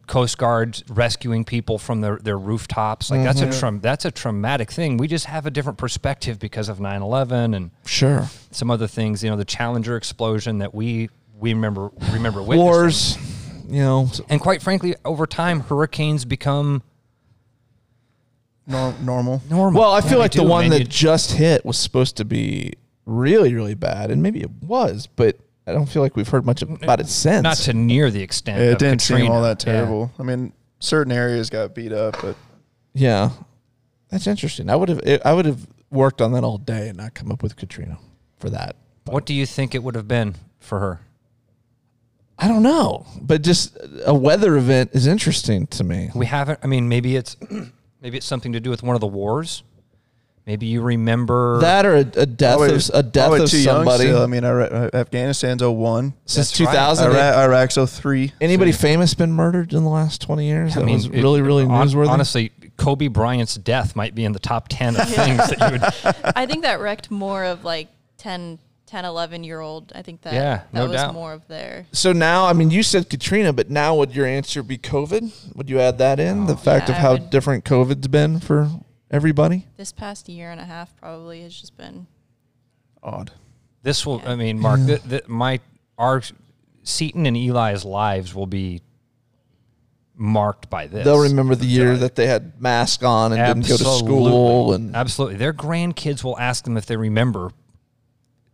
Speaker 3: Coast Guard rescuing people from their, their rooftops. Like that's
Speaker 1: Mm-hmm.
Speaker 3: a tra- that's a traumatic thing. We just have a different perspective because of 9/11 and
Speaker 1: Sure.
Speaker 3: some other things. You know, the Challenger explosion that we we remember remember witnessing.
Speaker 1: Wars. You know,
Speaker 3: And quite frankly, over time, hurricanes become
Speaker 5: Nor- normal.
Speaker 3: normal.
Speaker 1: Well, I
Speaker 3: Yeah,
Speaker 1: feel
Speaker 3: they
Speaker 1: like the
Speaker 3: do,
Speaker 1: one
Speaker 3: man.
Speaker 1: that
Speaker 3: You-
Speaker 1: just hit was supposed to be really, really bad, and maybe it was, but I don't feel like we've heard much about it since.
Speaker 3: not to near the extent.
Speaker 5: It
Speaker 3: of
Speaker 5: didn't seem
Speaker 3: Katrina.
Speaker 5: all that
Speaker 3: Yeah.
Speaker 5: terrible. I mean, certain areas got beat up, but
Speaker 1: yeah, that's interesting. I would have, I would have worked on that all day and not come up with Katrina for that. But
Speaker 3: What do you think it would have been for her?
Speaker 1: I don't know, but just a weather event is interesting to me.
Speaker 3: We haven't. I mean, maybe it's maybe it's something to do with one of the wars. Maybe you remember
Speaker 1: That or a, a death
Speaker 5: Probably-
Speaker 1: of a death
Speaker 5: probably
Speaker 1: of
Speaker 5: too young
Speaker 1: somebody
Speaker 5: still. I mean, Ira- uh, Afghanistan's 01.
Speaker 1: since
Speaker 3: That's right.
Speaker 1: 2000.
Speaker 5: Iraq, Iraq's 03.
Speaker 1: Anybody famous been murdered in the last 20 years? That
Speaker 3: I mean,
Speaker 1: was
Speaker 3: it-
Speaker 1: really, really
Speaker 3: hon-
Speaker 1: newsworthy.
Speaker 3: Honestly, Kobe Bryant's death might be in the top ten of things that you would.
Speaker 4: I think that wrecked more of like 10, 10 11 year old. I think that
Speaker 3: Yeah,
Speaker 4: that
Speaker 3: no
Speaker 4: was
Speaker 3: doubt.
Speaker 4: more of their.
Speaker 1: So now, I mean, you said Katrina, but now would your answer be COVID? Would you add that in?
Speaker 3: Oh,
Speaker 1: the fact
Speaker 4: yeah,
Speaker 1: of
Speaker 4: I
Speaker 1: how
Speaker 4: would.
Speaker 1: different COVID's been for everybody?
Speaker 4: This past year and a half probably has just been
Speaker 5: Odd.
Speaker 3: This will. I mean, Mark, th th my our Seton and Eli's lives will be marked by this.
Speaker 1: They'll remember the year that they had masks on and didn't go to school. And
Speaker 3: absolutely, their grandkids will ask them if they remember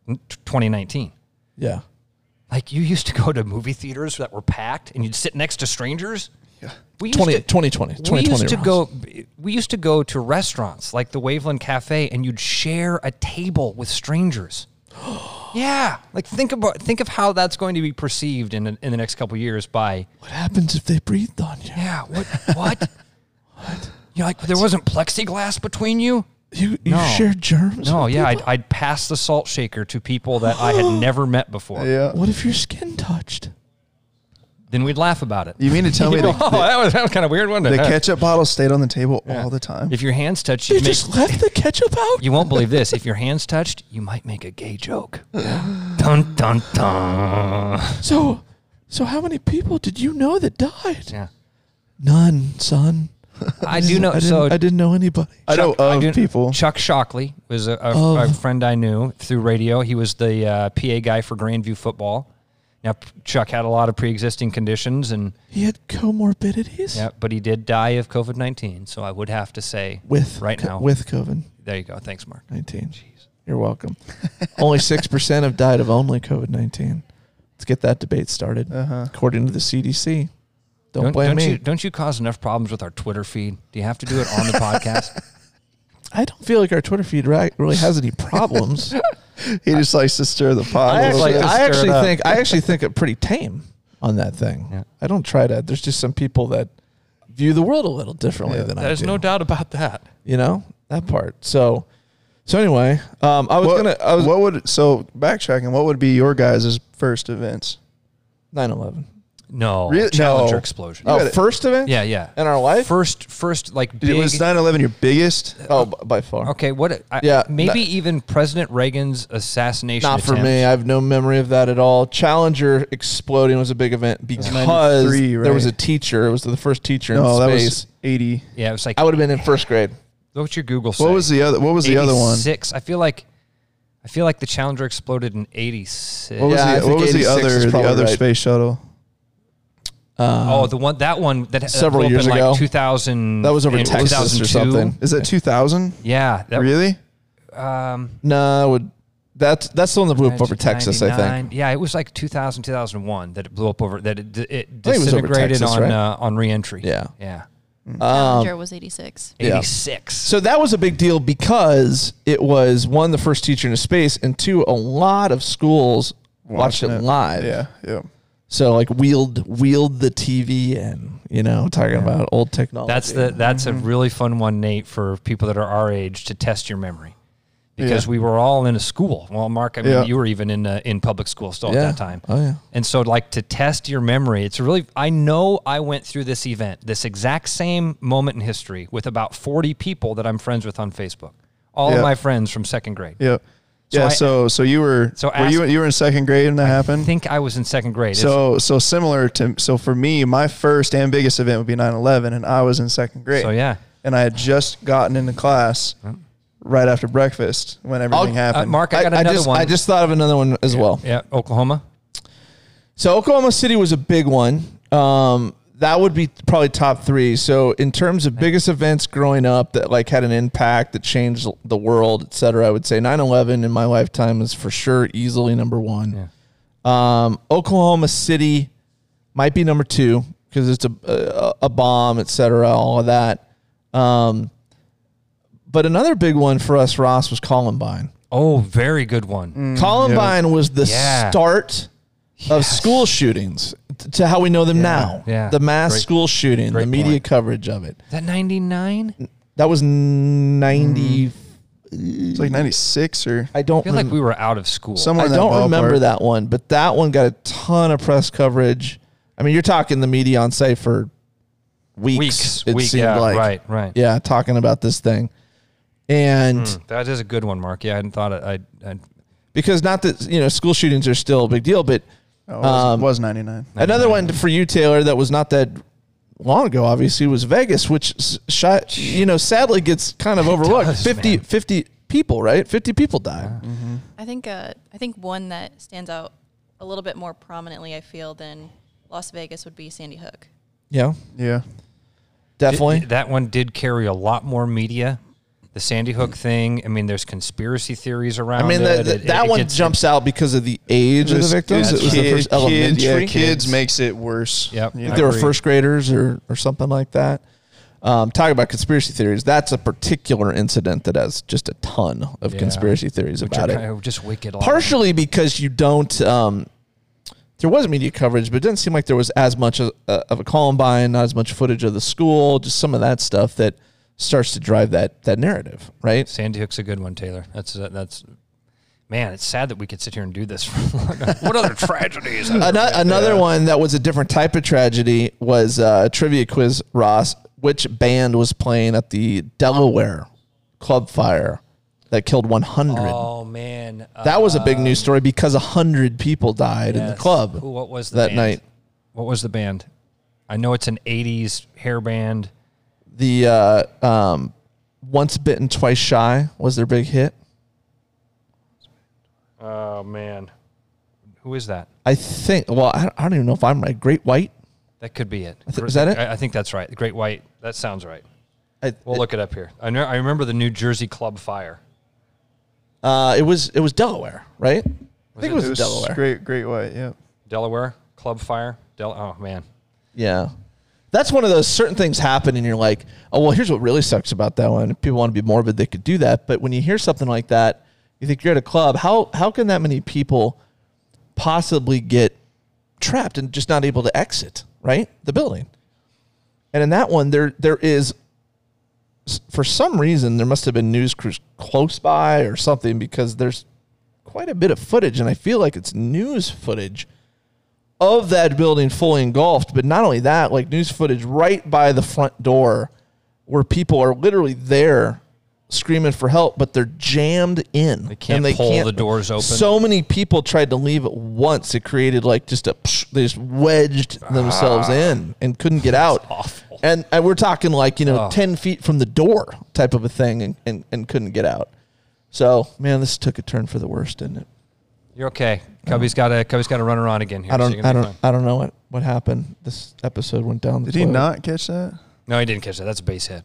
Speaker 3: 2019.
Speaker 1: yeah.
Speaker 3: Like you used to go to movie theaters that were packed, and you'd sit next to strangers. Yeah, we used
Speaker 1: 20,
Speaker 3: to,
Speaker 1: 2020. 2020
Speaker 3: we used to
Speaker 1: Ross.
Speaker 3: go. We used to go to restaurants like the Waveland Cafe, and you'd share a table with strangers. yeah, like think about think of how that's going to be perceived in in the next couple of years by
Speaker 1: What happens if they breathed on you?
Speaker 3: yeah what what what you know, like there wasn't plexiglass between you.
Speaker 1: You, you
Speaker 3: No.
Speaker 1: shared germs?
Speaker 3: No,
Speaker 1: with
Speaker 3: yeah, I'd,
Speaker 1: people?
Speaker 3: I'd pass the salt shaker to people that I had never met before.
Speaker 5: Yeah.
Speaker 1: What if your skin touched?
Speaker 3: Then we'd laugh about it.
Speaker 5: You mean to tell me
Speaker 3: oh,
Speaker 5: the, the,
Speaker 3: that was, that was kind of weird, wasn't it?
Speaker 5: the
Speaker 3: Huh?
Speaker 5: ketchup bottle stayed on the table all the time?
Speaker 3: If your hands touch,
Speaker 1: They
Speaker 3: you, make,
Speaker 1: just left the ketchup out?
Speaker 3: you won't believe this. If your hands touched, you might make a gay joke. dun dun dun.
Speaker 1: So, so how many people did you know that died?
Speaker 3: Yeah,
Speaker 1: None, son.
Speaker 3: I do know.
Speaker 1: I didn't,
Speaker 3: so
Speaker 1: I didn't know Oh. anybody.
Speaker 5: I know
Speaker 3: Chuck- I
Speaker 5: of
Speaker 3: do-
Speaker 5: people.
Speaker 3: Chuck Shockley was a, a, a friend I knew through radio. He was the uh, PA guy for Grandview football. Now P- Chuck had a lot of pre-existing conditions, and
Speaker 1: He had comorbidities.
Speaker 3: yeah, but he did die of COVID nineteen. So I would have to say
Speaker 1: With
Speaker 3: right
Speaker 1: co-
Speaker 3: now
Speaker 1: with COVID
Speaker 3: There you go. Thanks, Mark.
Speaker 1: nineteen. You're welcome. only six percent have died of only COVID nineteen. Let's get that debate started.
Speaker 5: Uh-huh.
Speaker 1: According to the CDC, don't, blame me.
Speaker 3: You, don't you cause enough problems with our Twitter feed? Do you have to do it on the podcast?
Speaker 1: I don't feel like our Twitter feed ri- really has any problems.
Speaker 5: He just likes to stir the pot.
Speaker 1: I
Speaker 5: a little
Speaker 1: actually,
Speaker 5: bit.
Speaker 1: I
Speaker 3: stir it
Speaker 1: actually
Speaker 3: up.
Speaker 1: think I actually think it pretty tame on that thing.
Speaker 3: Yeah.
Speaker 1: I don't try to. There's just some people that view the world a little differently
Speaker 5: Yeah,
Speaker 1: than I do.
Speaker 3: There's no doubt about that.
Speaker 1: you know that part so So anyway, um, I was
Speaker 5: What,
Speaker 1: gonna. I was
Speaker 5: what would so backtracking? What would be your guys' first events?
Speaker 1: 9/11.
Speaker 3: No,
Speaker 5: Really?
Speaker 3: Challenger
Speaker 5: No.
Speaker 3: explosion.
Speaker 1: Oh,
Speaker 5: got it.
Speaker 1: first event.
Speaker 3: yeah, yeah.
Speaker 1: In our life.
Speaker 3: First, first, like big.
Speaker 5: It was 9/11 your biggest?
Speaker 1: oh, b- by far.
Speaker 3: okay, what? I,
Speaker 1: Yeah, that-
Speaker 3: maybe even President Reagan's assassination.
Speaker 1: Not for
Speaker 3: attempt.
Speaker 1: me. I have no memory of that at all. Challenger exploding was a big event because
Speaker 5: 93, right?
Speaker 1: there was a teacher. It was the first teacher
Speaker 5: No,
Speaker 1: in
Speaker 5: that
Speaker 1: space.
Speaker 5: was 80.
Speaker 3: Yeah, it was like
Speaker 1: I would have been in first grade.
Speaker 3: what's your Google?
Speaker 5: What was the other what was the other one?
Speaker 3: Six. I feel like, I feel like the Challenger exploded in eighty-six.
Speaker 5: What was,
Speaker 1: Yeah, I
Speaker 5: the,
Speaker 1: think
Speaker 5: what was the
Speaker 1: 86 is
Speaker 5: other the
Speaker 1: probably
Speaker 5: other
Speaker 1: right.
Speaker 5: space shuttle?
Speaker 3: oh, the one that one that
Speaker 1: several
Speaker 3: blew up
Speaker 1: years
Speaker 3: in
Speaker 1: ago.
Speaker 3: like two thousand.
Speaker 1: That was over Texas or something.
Speaker 5: Is that 2000?
Speaker 3: Yeah, that,
Speaker 5: Really?
Speaker 3: Um,
Speaker 1: No, I would. That's that's the one that blew up over Texas, I think.
Speaker 3: 1999. Yeah, it was like 2000, 2001 that it blew up over that it,
Speaker 1: think it
Speaker 3: it
Speaker 1: was over
Speaker 3: disintegrated
Speaker 1: Texas,
Speaker 3: on
Speaker 1: right?
Speaker 3: uh, on reentry.
Speaker 1: Yeah.
Speaker 3: yeah, Um,
Speaker 4: Challenger was 86.
Speaker 1: Yeah.
Speaker 3: eighty six.
Speaker 1: So that was a big deal because it was one, the first teacher into space, and two, a lot of schools watched it,
Speaker 5: Watching it.
Speaker 1: live.
Speaker 5: Yeah, yeah.
Speaker 1: So like wheeled wheeled the TV in, you know, talking about old technology.
Speaker 3: That's the that's a
Speaker 5: Mm-hmm.
Speaker 3: really fun one, Nate, for people that are our age to test your memory, because
Speaker 5: Yeah.
Speaker 3: we were all in a school. Well, Mark, I mean,
Speaker 5: Yeah.
Speaker 3: you were even in uh, in public school still
Speaker 1: Yeah.
Speaker 3: at that time.
Speaker 1: Oh, yeah.
Speaker 3: And so, like to test your memory, it's really. I know I went through this event, this exact same moment in history, with about forty people that I'm friends with on Facebook. All
Speaker 5: Yeah.
Speaker 3: of my friends from second grade.
Speaker 5: Yeah.
Speaker 3: So
Speaker 5: yeah,
Speaker 3: I-
Speaker 5: so so you were
Speaker 3: So
Speaker 5: so were you
Speaker 3: ask-
Speaker 5: you were in second grade when that
Speaker 3: I
Speaker 5: happened?
Speaker 3: think I was in second grade. It's-
Speaker 5: So so similar to so for me, my first and biggest event would be 9/11, and I was in second grade.
Speaker 3: So, yeah.
Speaker 5: and I had just gotten into class right after breakfast when everything
Speaker 3: uh,
Speaker 5: happened.
Speaker 3: Mark, I got
Speaker 1: I
Speaker 3: another
Speaker 1: just
Speaker 3: one.
Speaker 1: I just thought of another one as well.
Speaker 3: yeah, Oklahoma.
Speaker 1: So Oklahoma City was a big one. Um, that would be probably top three. So in terms of biggest events growing up that like had an impact that changed the world, et cetera, I would say 9-11 in my lifetime is for sure easily number one. Um, Oklahoma City might be number two because it's a, a a bomb, et cetera, all of that. Um, but another big one for us, Ross, was Columbine.
Speaker 3: Oh, very good one.
Speaker 5: Mm.
Speaker 1: Columbine was the
Speaker 3: Mm-hmm. Yeah.
Speaker 1: start of school shootings t- to how we know them now.
Speaker 3: yeah.
Speaker 1: The mass
Speaker 3: Great-
Speaker 1: school shooting, the
Speaker 3: great
Speaker 1: media
Speaker 3: point.
Speaker 1: coverage of it.
Speaker 3: Is that ninety nine?
Speaker 1: That was 90.
Speaker 5: it's like 96 or
Speaker 1: I don't
Speaker 3: I Mm. feel like
Speaker 5: Mm.
Speaker 1: rem-
Speaker 3: we were out of school.
Speaker 5: somewhere.
Speaker 1: I
Speaker 5: in that
Speaker 1: don't
Speaker 5: ballpark.
Speaker 1: remember that one, but that one got a ton of press coverage. I mean, you're talking the media on site for weeks.
Speaker 3: weeks,
Speaker 1: it
Speaker 3: week,
Speaker 1: seemed
Speaker 3: yeah,
Speaker 1: like.
Speaker 3: right, right. Hmm.
Speaker 1: Yeah, talking about this thing. And
Speaker 3: That is a good one, Mark. Yeah, I hadn't thought it. I, I
Speaker 1: because not that, you know, school shootings are still a big deal, but
Speaker 5: Oh, it was,
Speaker 1: Um,
Speaker 5: was 99.
Speaker 1: Another one for you, Taylor, that was not that long ago, obviously, was Vegas, which s- shot, you know, sadly gets kind of overlooked.
Speaker 3: does,
Speaker 1: 50,
Speaker 3: man.
Speaker 1: 50 people, right? 50 people died.
Speaker 4: I think uh, I think one that stands out a little bit more prominently, I feel, than Las Vegas would be Sandy Hook.
Speaker 1: Yeah,
Speaker 5: Yeah.
Speaker 1: definitely.
Speaker 3: Th- that one did carry a lot more media. The Sandy Hook thing. I mean, there's conspiracy theories around.
Speaker 1: I mean,
Speaker 3: it.
Speaker 1: the, the,
Speaker 3: It- it-
Speaker 1: that
Speaker 3: it
Speaker 1: one
Speaker 3: gets-
Speaker 1: jumps out because of the age of the victims. It was the first elementary.
Speaker 5: yeah, kids makes it worse.
Speaker 3: Yep.
Speaker 5: You
Speaker 1: I
Speaker 5: know?
Speaker 1: think they were
Speaker 3: agree.
Speaker 1: first graders or, or something like that. Um, talking about conspiracy theories, that's a particular incident that has just a ton of
Speaker 3: Yeah.
Speaker 1: conspiracy theories
Speaker 3: which
Speaker 1: about
Speaker 3: are
Speaker 1: it.
Speaker 3: kind of Just wicked. a lot.
Speaker 1: partially because you don't um, there was media coverage but it didn't seem like there was as much of, uh, of a columbine not as much footage of the school just some of that stuff that starts to drive that that narrative right
Speaker 3: Sandy Hook's a good one, Taylor. That's uh, that's. Man, it's sad that we could sit here and do this. For a long time. what other tragedies? are there?
Speaker 1: Ano- another one that was a different type of tragedy was uh, a trivia quiz ross which band was playing at the delaware club fire that killed 100
Speaker 3: oh man, uh,
Speaker 1: that was a big news story because 100 people died in the
Speaker 3: yes.
Speaker 1: club
Speaker 3: Who? What was the
Speaker 1: that
Speaker 3: band?
Speaker 1: night
Speaker 3: What was the band? I know it's an '80s hair band.
Speaker 1: the uh, um, once bitten twice shy was their big hit
Speaker 3: Oh man, who is that?
Speaker 1: i think well i, I don't even know if i'm right great white
Speaker 3: That could be it.
Speaker 1: th- is that it?
Speaker 3: I, I think that's right. The Great White. That sounds right.
Speaker 1: I,
Speaker 3: We'll look it up here. I know. I remember the New Jersey Club Fire.
Speaker 1: uh, it was it was delaware right i think it was,
Speaker 5: It was
Speaker 1: delaware
Speaker 5: Great, great white. Yeah.
Speaker 3: Delaware Club Fire. Del- oh man.
Speaker 1: yeah that's one of those certain things happen and you're like oh well here's what really sucks about that one if people want to be morbid they could do that but when you hear something like that you think you're at a club how how can that many people possibly get trapped and just not able to exit right the building and in that one there there is s- for some reason, there must have been news crews close by or something because there's quite a bit of footage, and I feel like it's news footage of that building fully engulfed. But not only that, like news footage right by the front door where people are literally there screaming for help, but they're jammed in. They
Speaker 3: can't pull the doors open.
Speaker 1: So many people tried to leave at once. It created like just a, psh, they just wedged themselves in and couldn't get out.
Speaker 3: Ah. awful.
Speaker 1: And, and we're talking like, you know, 10 feet from the door type of a thing and, and, and couldn't get out. So, man, this took a turn for the worst, didn't it?
Speaker 3: You're okay. Cubby's got to Cubby's got to run around again here.
Speaker 1: I
Speaker 3: so
Speaker 1: don't,
Speaker 3: you're
Speaker 1: I
Speaker 3: gonna be
Speaker 1: don't,
Speaker 3: fine.
Speaker 1: I don't know what, what happened. This episode went down. The
Speaker 5: Did he
Speaker 1: toilet.
Speaker 5: not catch that?
Speaker 3: No, he didn't catch that. That's a base hit.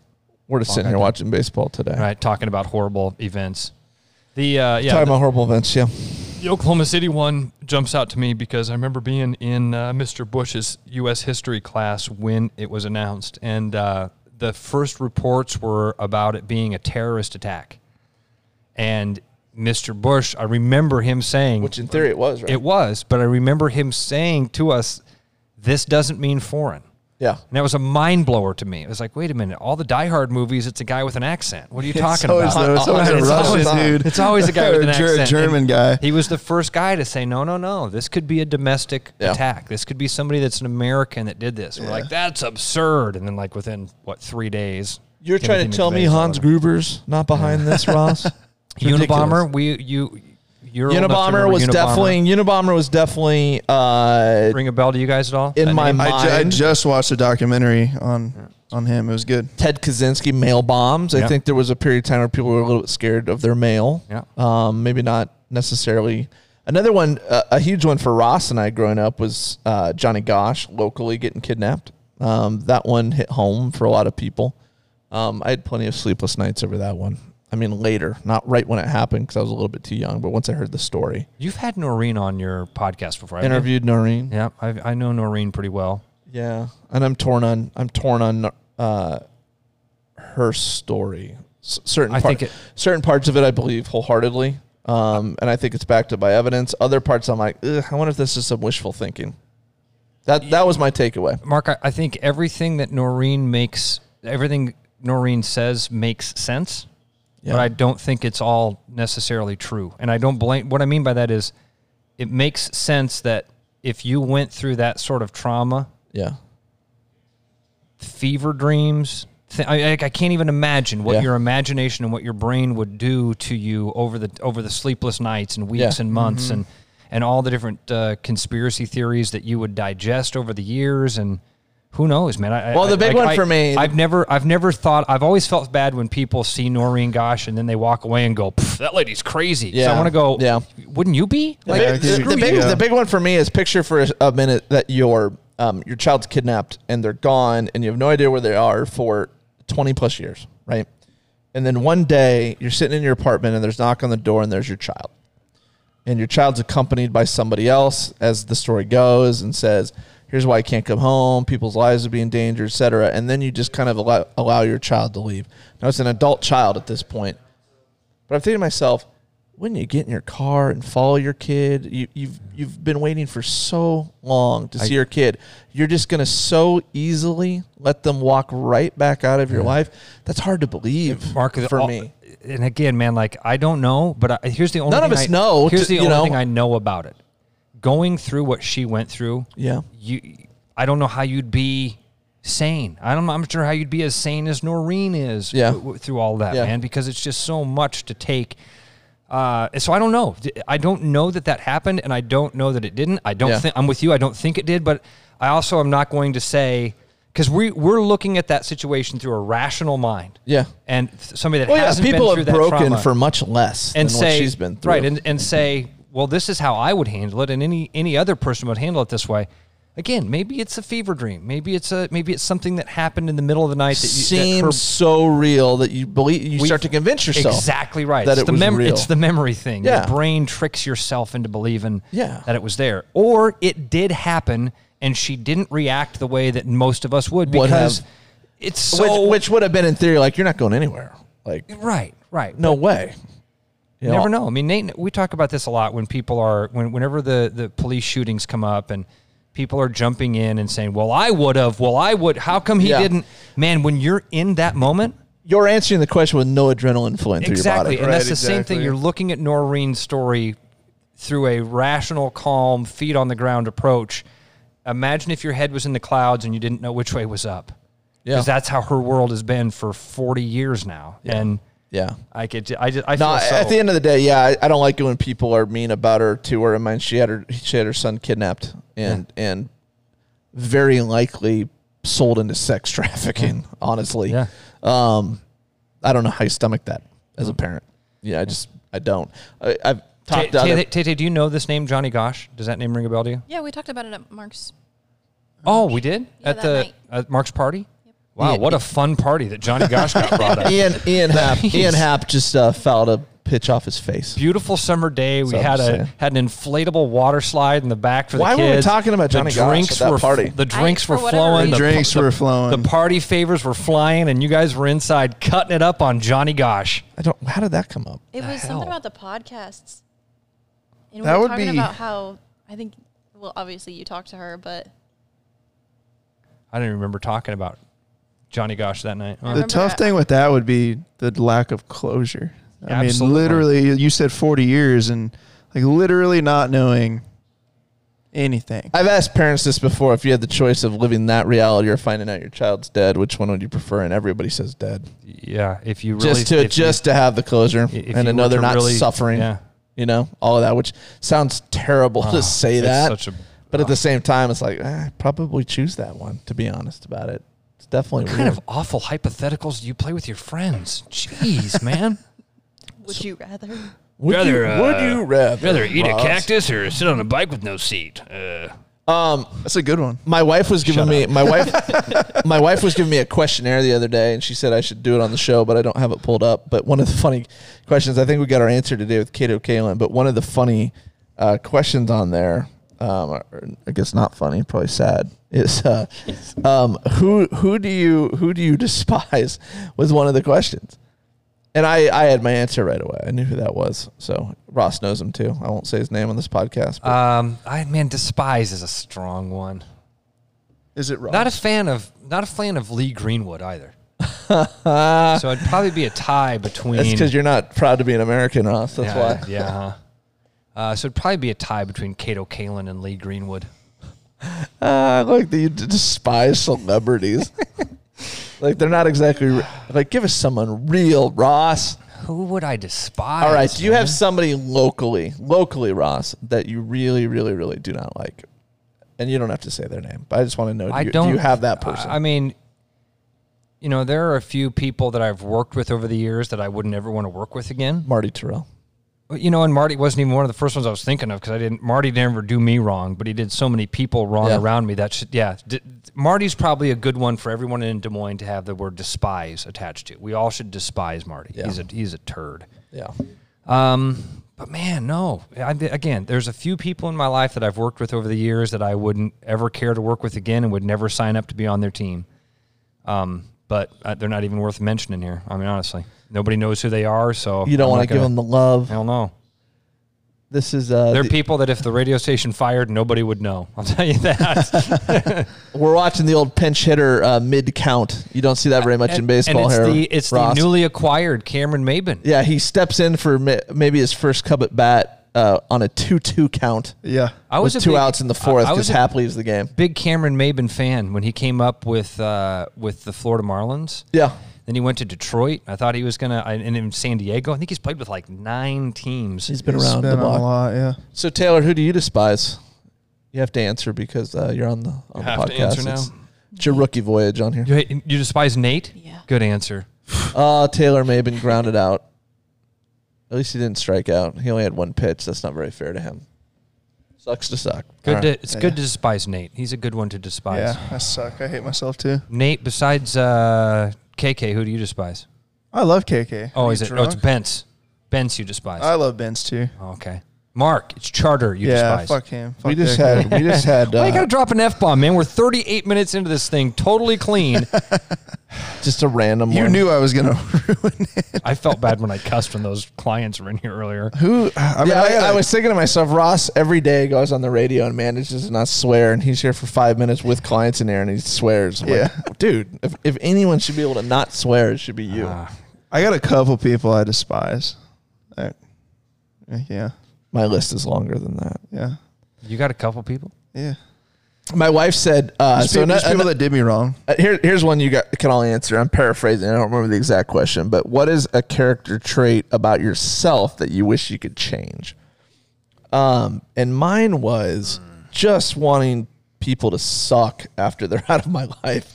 Speaker 1: We're just sitting here watching baseball today.
Speaker 3: All right, talking about horrible events. The uh, yeah,
Speaker 1: Talking
Speaker 3: the-
Speaker 1: about horrible events. Yeah.
Speaker 3: The Oklahoma City one jumps out to me because I remember being in uh, Mr. Bush's U.S. history class when it was announced, and uh, the first reports were about it being a terrorist attack. And Mr. Bush, I remember him saying,
Speaker 1: Which in theory it was, right?
Speaker 3: it was, but I remember him saying to us, "This doesn't mean foreign."
Speaker 1: yeah.
Speaker 3: And that was a mind blower to me. It was like, wait a minute, all the Die Hard movies, it's a guy with an accent. What are you talking
Speaker 5: always
Speaker 3: about?
Speaker 5: the- it's always a Russian dude.
Speaker 3: It's always a guy
Speaker 5: Or
Speaker 3: with an
Speaker 5: a Ger-
Speaker 3: accent.
Speaker 5: German
Speaker 3: And
Speaker 5: guy.
Speaker 3: He was the first guy to say, no, no, no. This could be a domestic
Speaker 1: Yeah.
Speaker 3: attack. This could be somebody that's an American that did this. We're like, that's absurd. And then, like, within what three days?
Speaker 1: You're trying
Speaker 3: Timothy
Speaker 1: to tell me
Speaker 3: McVeigh's
Speaker 1: Hans
Speaker 3: all
Speaker 1: Gruber's not behind this, Ross?
Speaker 3: over.
Speaker 1: Ridiculous.
Speaker 3: Unabomber. We you. You're old enough to
Speaker 1: Unabomber
Speaker 3: remember
Speaker 1: was
Speaker 3: Unabomber.
Speaker 1: definitely Unabomber was definitely uh,
Speaker 3: ring a bell to you guys at all?
Speaker 1: in
Speaker 3: That
Speaker 1: my
Speaker 3: name?
Speaker 5: I, ju- I
Speaker 1: mind.
Speaker 5: just watched a documentary on on him. It was good.
Speaker 1: Ted Kaczynski mail bombs. I
Speaker 3: Yeah.
Speaker 1: think there was a period of time where people were a little bit scared of their mail.
Speaker 3: Yeah.
Speaker 1: Um, maybe not necessarily. Another one, uh, a huge one for Ross and I growing up was uh, Johnny Gosh locally getting kidnapped. Um, that one hit home for a lot of people. Um, I had plenty of sleepless nights over that one. I mean, later, not right when it happened because I was a little bit too young. But once I heard the story,
Speaker 3: You've had Noreen on your podcast before. haven't you?
Speaker 1: interviewed Noreen.
Speaker 3: Yeah, I, I know Noreen pretty well.
Speaker 1: Yeah, and I'm torn on I'm torn on uh, her story. S- certain
Speaker 3: I
Speaker 1: part-
Speaker 3: think it-
Speaker 1: certain parts of it I believe wholeheartedly, um, and I think it's backed up by evidence. Other parts I'm like, Ugh, I wonder if this is some wishful thinking. That that was my takeaway.
Speaker 3: Mark, I, I think everything that Noreen makes, everything Noreen says makes sense,
Speaker 1: Yeah.
Speaker 3: but I don't think it's all necessarily true. And I don't blame, what I mean by that is it makes sense that if you went through that sort of trauma,
Speaker 1: Yeah,
Speaker 3: fever dreams, th- I, I- I can't even imagine what
Speaker 1: Yeah.
Speaker 3: your imagination and what your brain would do to you over the over the sleepless nights and weeks
Speaker 1: Yeah. Mm-hmm.
Speaker 3: and months and and all the different uh, conspiracy theories that you would digest over the years and who knows, man. I, I-
Speaker 1: Well, the
Speaker 3: I-
Speaker 1: big
Speaker 3: like,
Speaker 1: one
Speaker 3: I-
Speaker 1: for me-
Speaker 3: I've never, I've never thought. I've always felt bad when people see Noreen Gosh and then they walk away and go, "Pff, "That lady's crazy." Yeah.
Speaker 1: Yeah.
Speaker 3: I want to go.
Speaker 1: Yeah.
Speaker 3: Wouldn't you be? Like,
Speaker 1: the, big,
Speaker 5: screw
Speaker 1: the, big,
Speaker 5: you.
Speaker 1: the big one for me is picture for a minute that your um, your child's kidnapped and they're gone and you have no idea where they are for 20 plus years, right? And then one day you're sitting in your apartment and there's a knock on the door and there's your child. And your child's accompanied by somebody else, as the story goes, and says, Here's why I can't come home. People's lives would be in danger, et cetera. And then you just kind of allow, allow your child to leave. Now, it's an adult child at this point. But I'm thinking to myself, wouldn't you get in your car and follow your kid? You, you've you've been waiting for so long to see your kid. You're just gonna so easily let them walk right back out of your life. That's hard to believe
Speaker 3: Mark
Speaker 1: for
Speaker 3: all-
Speaker 1: me.
Speaker 3: And again, man, like I don't know, but I, here's the only
Speaker 1: None of
Speaker 3: thing
Speaker 1: us
Speaker 3: I-
Speaker 1: know,
Speaker 3: Here's
Speaker 1: t-
Speaker 3: the
Speaker 1: you
Speaker 3: only
Speaker 1: know.
Speaker 3: thing I know about it. Going through what she went through,
Speaker 1: Yeah.
Speaker 3: You, I don't know how you'd be sane. I don't. I'm not sure how you'd be as sane as Noreen is.
Speaker 1: Yeah.
Speaker 3: w- w- through all that,
Speaker 1: Yeah.
Speaker 3: man, because it's just so much to take. Uh, so I don't know. D- I don't know that that happened, and I don't know that it didn't. I don't
Speaker 1: Yeah.
Speaker 3: think I'm with you. I don't think it did, but I also am not going to say because we we're looking at that situation through a rational mind.
Speaker 1: Yeah.
Speaker 3: and th- somebody that
Speaker 1: Well, yeah,
Speaker 3: hasn't
Speaker 1: people
Speaker 3: been through
Speaker 1: have
Speaker 3: that
Speaker 1: broken
Speaker 3: trauma
Speaker 1: for much less
Speaker 3: and
Speaker 1: than
Speaker 3: say
Speaker 1: what she's been through.
Speaker 3: right, and, and say, well, this is how I would handle it, and any any other person would handle it this way. Again, maybe it's a fever dream. Maybe it's a maybe it's something that happened in the middle of the night that you, that
Speaker 1: seems
Speaker 3: her-
Speaker 1: so real that you believe you
Speaker 3: we-
Speaker 1: start to convince yourself
Speaker 3: exactly right.
Speaker 1: that
Speaker 3: it's
Speaker 1: it
Speaker 3: the
Speaker 1: was
Speaker 3: mem-
Speaker 1: real.
Speaker 3: It's the memory thing.
Speaker 1: Yeah.
Speaker 3: Your brain tricks yourself into believing
Speaker 1: Yeah.
Speaker 3: that it was there, or it did happen, and she didn't react the way that most of us would
Speaker 1: Would have.
Speaker 3: because it's so
Speaker 1: which, which would have been in theory like you're not going anywhere. Like
Speaker 3: right, right.
Speaker 1: no way. You
Speaker 3: You never know. I mean, Nate, we talk about this a lot when people are when whenever the the police shootings come up and people are jumping in and saying, "Well, I would have. Well, I would. How come he
Speaker 1: Yeah.
Speaker 3: didn't?" Man, when you're in that moment,
Speaker 1: You're answering the question with no adrenaline flowing through
Speaker 3: exactly,
Speaker 1: your body.
Speaker 3: and that's
Speaker 5: Right,
Speaker 3: the same
Speaker 5: exactly.
Speaker 3: thing. You're looking at Noreen's story through a rational, calm, feet on the ground approach. Imagine if your head was in the clouds and you didn't know which way was up,
Speaker 1: Yeah.
Speaker 3: because that's how her world has been for 40 years now. And
Speaker 1: Yeah.
Speaker 3: I could, I just, I
Speaker 1: No,
Speaker 3: feel so.
Speaker 1: at the end of the day, yeah, I, I don't like it when people are mean about her too. Or I mean, she had her she had her son kidnapped and and very likely sold into sex trafficking. Honestly,
Speaker 3: Yeah.
Speaker 1: Um, I don't know how you stomach that as a parent. Yeah, I just I don't. I, I've
Speaker 3: Mm. Ta-
Speaker 1: talked to other,
Speaker 3: Ta- Ta- Ta- do you know this name, Johnny Gosh? Does that name ring a bell to you?
Speaker 4: Yeah, we talked about it at Mark's.
Speaker 3: Oh, we did
Speaker 4: Uh-huh. Yeah,
Speaker 3: at
Speaker 4: that
Speaker 3: the
Speaker 4: night.
Speaker 3: at Mark's party. Wow,
Speaker 1: Yeah,
Speaker 3: what a fun party that Johnny Gosh got brought up.
Speaker 1: Ian Ian Hap Ian Hap just uh, fouled a pitch off his face.
Speaker 3: Beautiful summer day. We
Speaker 1: So I'm
Speaker 3: had a
Speaker 1: just saying.
Speaker 3: had an inflatable water slide in the back for
Speaker 1: Why
Speaker 3: the
Speaker 1: were
Speaker 3: kids.
Speaker 1: we talking about
Speaker 3: The
Speaker 1: Johnny Gosh
Speaker 3: drinks
Speaker 1: at that
Speaker 3: were f-
Speaker 1: party?
Speaker 3: The drinks
Speaker 4: for
Speaker 3: were
Speaker 4: whatever
Speaker 3: flowing.
Speaker 4: reason-
Speaker 3: The
Speaker 5: Drinks were flowing.
Speaker 3: The party favors were flying, and you guys were inside cutting it up on Johnny Gosh.
Speaker 1: I don't. How did that come up?
Speaker 4: It was
Speaker 3: hell?
Speaker 4: something about the podcasts. And
Speaker 5: That
Speaker 4: we were
Speaker 5: would
Speaker 4: talking
Speaker 5: be-
Speaker 4: about how I think well obviously you talked to her, but
Speaker 3: I didn't remember talking about Johnny Gosh that night.
Speaker 4: I
Speaker 5: The
Speaker 4: remember
Speaker 5: tough
Speaker 4: that.
Speaker 5: thing with that would be the lack of closure. I
Speaker 3: Absolutely.
Speaker 5: mean, literally, you said 40 years and like literally not knowing anything.
Speaker 1: I've asked parents this before. If you had the choice of living that reality or finding out your child's dead, which one would you prefer? And everybody says dead.
Speaker 3: yeah, if you really
Speaker 1: Just to
Speaker 3: if you-
Speaker 1: just to have the closure
Speaker 3: if you
Speaker 1: and
Speaker 3: were
Speaker 1: to know they're
Speaker 3: to
Speaker 1: not
Speaker 3: really-
Speaker 1: suffering.
Speaker 3: yeah. Oh,
Speaker 1: You know, all of that, which sounds terrible to say
Speaker 3: it's
Speaker 1: that.
Speaker 3: such a- Oh.
Speaker 1: but at the same time, it's like, eh, I probably choose that one, to be honest about it. It's definitely
Speaker 3: kind
Speaker 1: weird.
Speaker 3: of awful hypotheticals do you play with your friends? Jeez, man.
Speaker 4: would you rather?
Speaker 1: would,
Speaker 6: Rather,
Speaker 1: you, would
Speaker 6: uh,
Speaker 1: you rather?
Speaker 6: Rather eat a
Speaker 1: Ross?
Speaker 6: cactus or sit on a bike with no seat. Uh,
Speaker 1: Um,
Speaker 5: That's a good one.
Speaker 1: my wife was giving me my wife my wife was giving me a questionnaire the other day and she said I should do it on the show but I don't have it pulled up but one of the funny questions I think we got our answer today with Kato Kalin but one of the funny uh, questions on there um, or- or I guess not funny probably sad is uh, um, who who do you who do you despise was one of the questions and I, I had my answer right away I knew who that was so Ross knows him too I won't say his name on this podcast but
Speaker 3: Um, I man, despise is a strong one.
Speaker 5: Is it wrong?
Speaker 3: Not a fan of not a fan of Lee Greenwood either. so it'd probably be a tie between.
Speaker 1: that's because you're not proud to be an American Ross that's
Speaker 3: yeah,
Speaker 1: why
Speaker 3: Yeah. huh. Uh, so it'd probably be a tie between Cato Kalin and Lee Greenwood.
Speaker 1: Uh, I like that you d- despise celebrities. like they're not exactly re- like. Give us someone real, Ross.
Speaker 3: Who would I despise?
Speaker 1: All right. Do you
Speaker 3: man?
Speaker 1: have somebody locally, locally, Ross, that you really, really, really do not like? And you don't have to say their name, but I just want to know. Do,
Speaker 3: I
Speaker 1: you,
Speaker 3: don't.
Speaker 1: do you have that person?
Speaker 3: I, I mean, you know, there are a few people that I've worked with over the years that I wouldn't ever want to work with again.
Speaker 1: Marty Terrell.
Speaker 3: But, You know, and Marty wasn't even one of the first ones I was thinking of because I didn't. Marty never do me wrong, but he did so many people wrong
Speaker 1: Yeah.
Speaker 3: around me. That should, yeah, D- Marty's probably a good one for everyone in Des Moines to have the word despise attached to. We all should despise Marty.
Speaker 1: Yeah.
Speaker 3: He's a he's a turd.
Speaker 1: Yeah.
Speaker 3: Um, but man, no. I, again, there's a few people in my life that I've worked with over the years that I wouldn't ever care to work with again and would never sign up to be on their team. Um, but uh, they're not even worth mentioning here. I mean, honestly, nobody knows who they are, so
Speaker 1: You don't
Speaker 3: I'm
Speaker 1: want to
Speaker 3: not
Speaker 1: give
Speaker 3: gonna-
Speaker 1: them the love.
Speaker 3: Hell no.
Speaker 1: This is uh,
Speaker 3: There are
Speaker 1: the-
Speaker 3: people that if the radio station fired, nobody would know. I'll tell you that.
Speaker 1: we're watching the old pinch hitter uh, mid count. You don't see that very much in baseball
Speaker 3: and it's
Speaker 1: here.
Speaker 3: the it's
Speaker 1: Ross.
Speaker 3: the newly acquired Cameron Maben.
Speaker 1: yeah, he steps in for ma- maybe his first cup at bat uh, on a two-two count.
Speaker 5: yeah.
Speaker 3: I
Speaker 1: was,
Speaker 3: a
Speaker 1: two
Speaker 3: big-
Speaker 1: outs in the fourth
Speaker 3: I- I was
Speaker 1: because
Speaker 3: a
Speaker 1: Hap leaves the game.
Speaker 3: Big Cameron Maben fan when he came up with uh, with the Florida Marlins.
Speaker 1: Yeah.
Speaker 3: Then he went to Detroit. I thought he was gonna, and and in San Diego. I think he's played with like nine teams.
Speaker 1: He's been
Speaker 5: It's
Speaker 1: around the
Speaker 5: been
Speaker 1: block.
Speaker 5: a lot. Yeah.
Speaker 1: So Taylor, who do you despise? You have to answer because uh, you're on the on
Speaker 3: have
Speaker 1: the podcast.
Speaker 3: to answer
Speaker 1: It's-
Speaker 3: now.
Speaker 1: It's your rookie voyage on here.
Speaker 3: you, you despise Nate?
Speaker 4: Yeah.
Speaker 3: Good answer.
Speaker 1: Uh, Taylor may have been grounded out. At least he didn't strike out. He only had one pitch. That's not very fair to him. Sucks to suck.
Speaker 3: Good.
Speaker 1: All
Speaker 3: To,
Speaker 1: right.
Speaker 3: it's good to despise Nate. He's a good one to despise.
Speaker 5: Yeah. I suck. I hate myself too.
Speaker 3: Nate. Besides uh, KK, who do you despise?
Speaker 5: I love KK.
Speaker 3: Oh,
Speaker 5: Are
Speaker 3: is
Speaker 5: you
Speaker 3: it? Oh, it's
Speaker 5: drunk?
Speaker 3: Bence. Bence, you despise. Oh,
Speaker 5: I love Ben's too.
Speaker 3: okay. Mark, it's Charter. You
Speaker 5: yeah.
Speaker 3: despise.
Speaker 5: Fuck him. Fuck
Speaker 1: We just
Speaker 5: that
Speaker 1: had we just had
Speaker 3: Why you
Speaker 1: uh,
Speaker 3: gotta drop an f bomb, man? We're 38 minutes into this thing, totally clean.
Speaker 1: Just a random
Speaker 5: You
Speaker 1: one.
Speaker 5: knew I was gonna ruin it.
Speaker 3: I felt bad when I cussed when those clients were in here earlier.
Speaker 5: Who? I mean,
Speaker 1: Yeah,
Speaker 5: I,
Speaker 1: I,
Speaker 5: gotta-
Speaker 1: I was thinking to myself, Ross every day goes on the radio and manages to not swear, and he's here for five minutes with clients in there, and he swears. I'm like,
Speaker 5: Yeah.
Speaker 1: dude, if, if anyone should be able to not swear, it should be you.
Speaker 5: Ah. I got a couple people I despise. I- yeah,
Speaker 1: My list is longer than that.
Speaker 5: yeah,
Speaker 3: You got a couple people?
Speaker 5: yeah.
Speaker 1: My wife said, uh,
Speaker 5: Just
Speaker 1: so
Speaker 5: people,
Speaker 1: no-
Speaker 5: just people that did me wrong.
Speaker 1: uh, here, here's one you got, can all answer. I'm paraphrasing. I don't remember the exact question, but what is a character trait about yourself that you wish you could change? Um, and mine was just wanting people to suck after they're out of my life.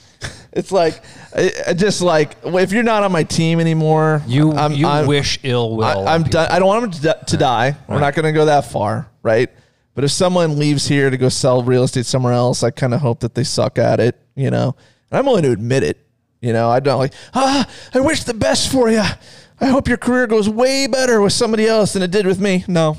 Speaker 1: It's like, I, I just like if you're not on my team anymore,
Speaker 3: You
Speaker 1: I'm-
Speaker 3: you
Speaker 1: I'm-
Speaker 3: wish ill will. on
Speaker 1: I, I'm
Speaker 3: people.
Speaker 1: done. I don't want them to, di- to die. We're not going to go that far, right? But if someone leaves here to go sell real estate somewhere else, I kind of hope that they suck at it, you know. And I'm willing to admit it, you know. I don't like. Ah, I wish the best for you. I hope your career goes way better with somebody else than it did with me. No,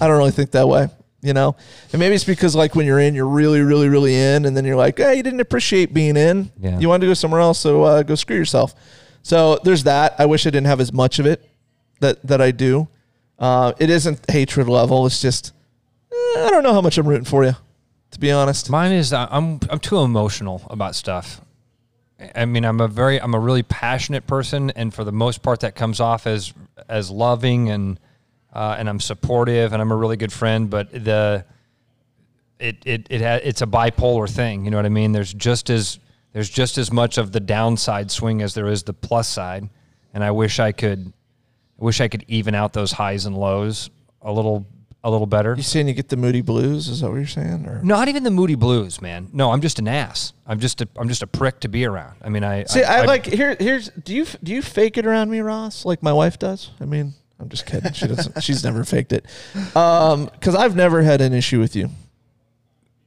Speaker 1: I don't really think that way, you know. And maybe it's because like when you're in, you're really, really, really in, and then you're like, hey, you didn't appreciate being in.
Speaker 3: Yeah.
Speaker 1: You wanted to go somewhere else, so uh, go screw yourself. So there's that. I wish I didn't have as much of it that that I do. Uh, it isn't hatred level. It's just eh, I don't know how much I'm rooting for you, to be honest.
Speaker 3: Mine is uh, I'm I'm too emotional about stuff. I mean, I'm a very I'm a really passionate person, and for the most part, that comes off as as loving and uh, and I'm supportive and I'm a really good friend. But the it it it ha- it's a bipolar thing. You know what I mean? There's just as there's just as much of the downside swing as there is the plus side, and I wish I could I wish I could even out those highs and lows a little a little better.
Speaker 1: You saying you get the moody blues? Is that what you're saying? Or
Speaker 3: Not even the Moody Blues, man. No, I'm just an ass. I'm just a I'm just a prick to be around. I mean, I
Speaker 1: see, I, like here. Here's do you do you fake it around me, Ross? Like my wife does. I mean, I'm just kidding. She doesn't. she's never faked it. Um, because I've never had an issue with you.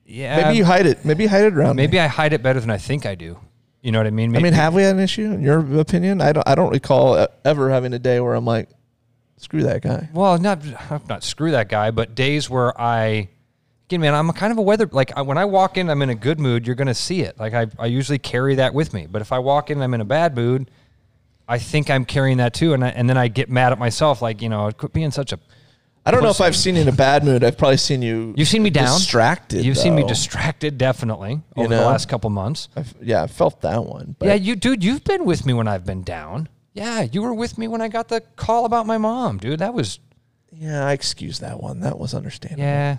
Speaker 3: yeah.
Speaker 1: Maybe you hide it. Maybe you hide it around. me.
Speaker 3: Um, maybe I hide it better than I think I do. You know what I mean?
Speaker 1: I
Speaker 3: Maybe,
Speaker 1: mean, have we had an issue in your opinion? I don't. I don't recall uh, ever having a day where I'm like, screw that guy.
Speaker 3: well, not not screw that guy, but days where I again, man, I'm kind of a weather like I, when I walk in, I'm in a good mood. You're gonna see it. Like I I usually carry that with me. But if I walk in, and I'm in a bad mood. I think I'm carrying that too, and I, and then I get mad at myself, like you know, quit being such a.
Speaker 1: I don't know if I've seen you in a bad mood. I've probably seen you.
Speaker 3: You've seen me down,
Speaker 1: distracted.
Speaker 3: You've seen me
Speaker 1: though.
Speaker 3: distracted, definitely, over the
Speaker 1: know?
Speaker 3: last couple months.
Speaker 1: I've- yeah, I felt that one. But
Speaker 3: Yeah, you, dude, you've been with me when I've been down. Yeah, you were with me when I got the call about my mom, dude. That was,
Speaker 1: yeah, I excuse that one. That was understandable.
Speaker 3: yeah.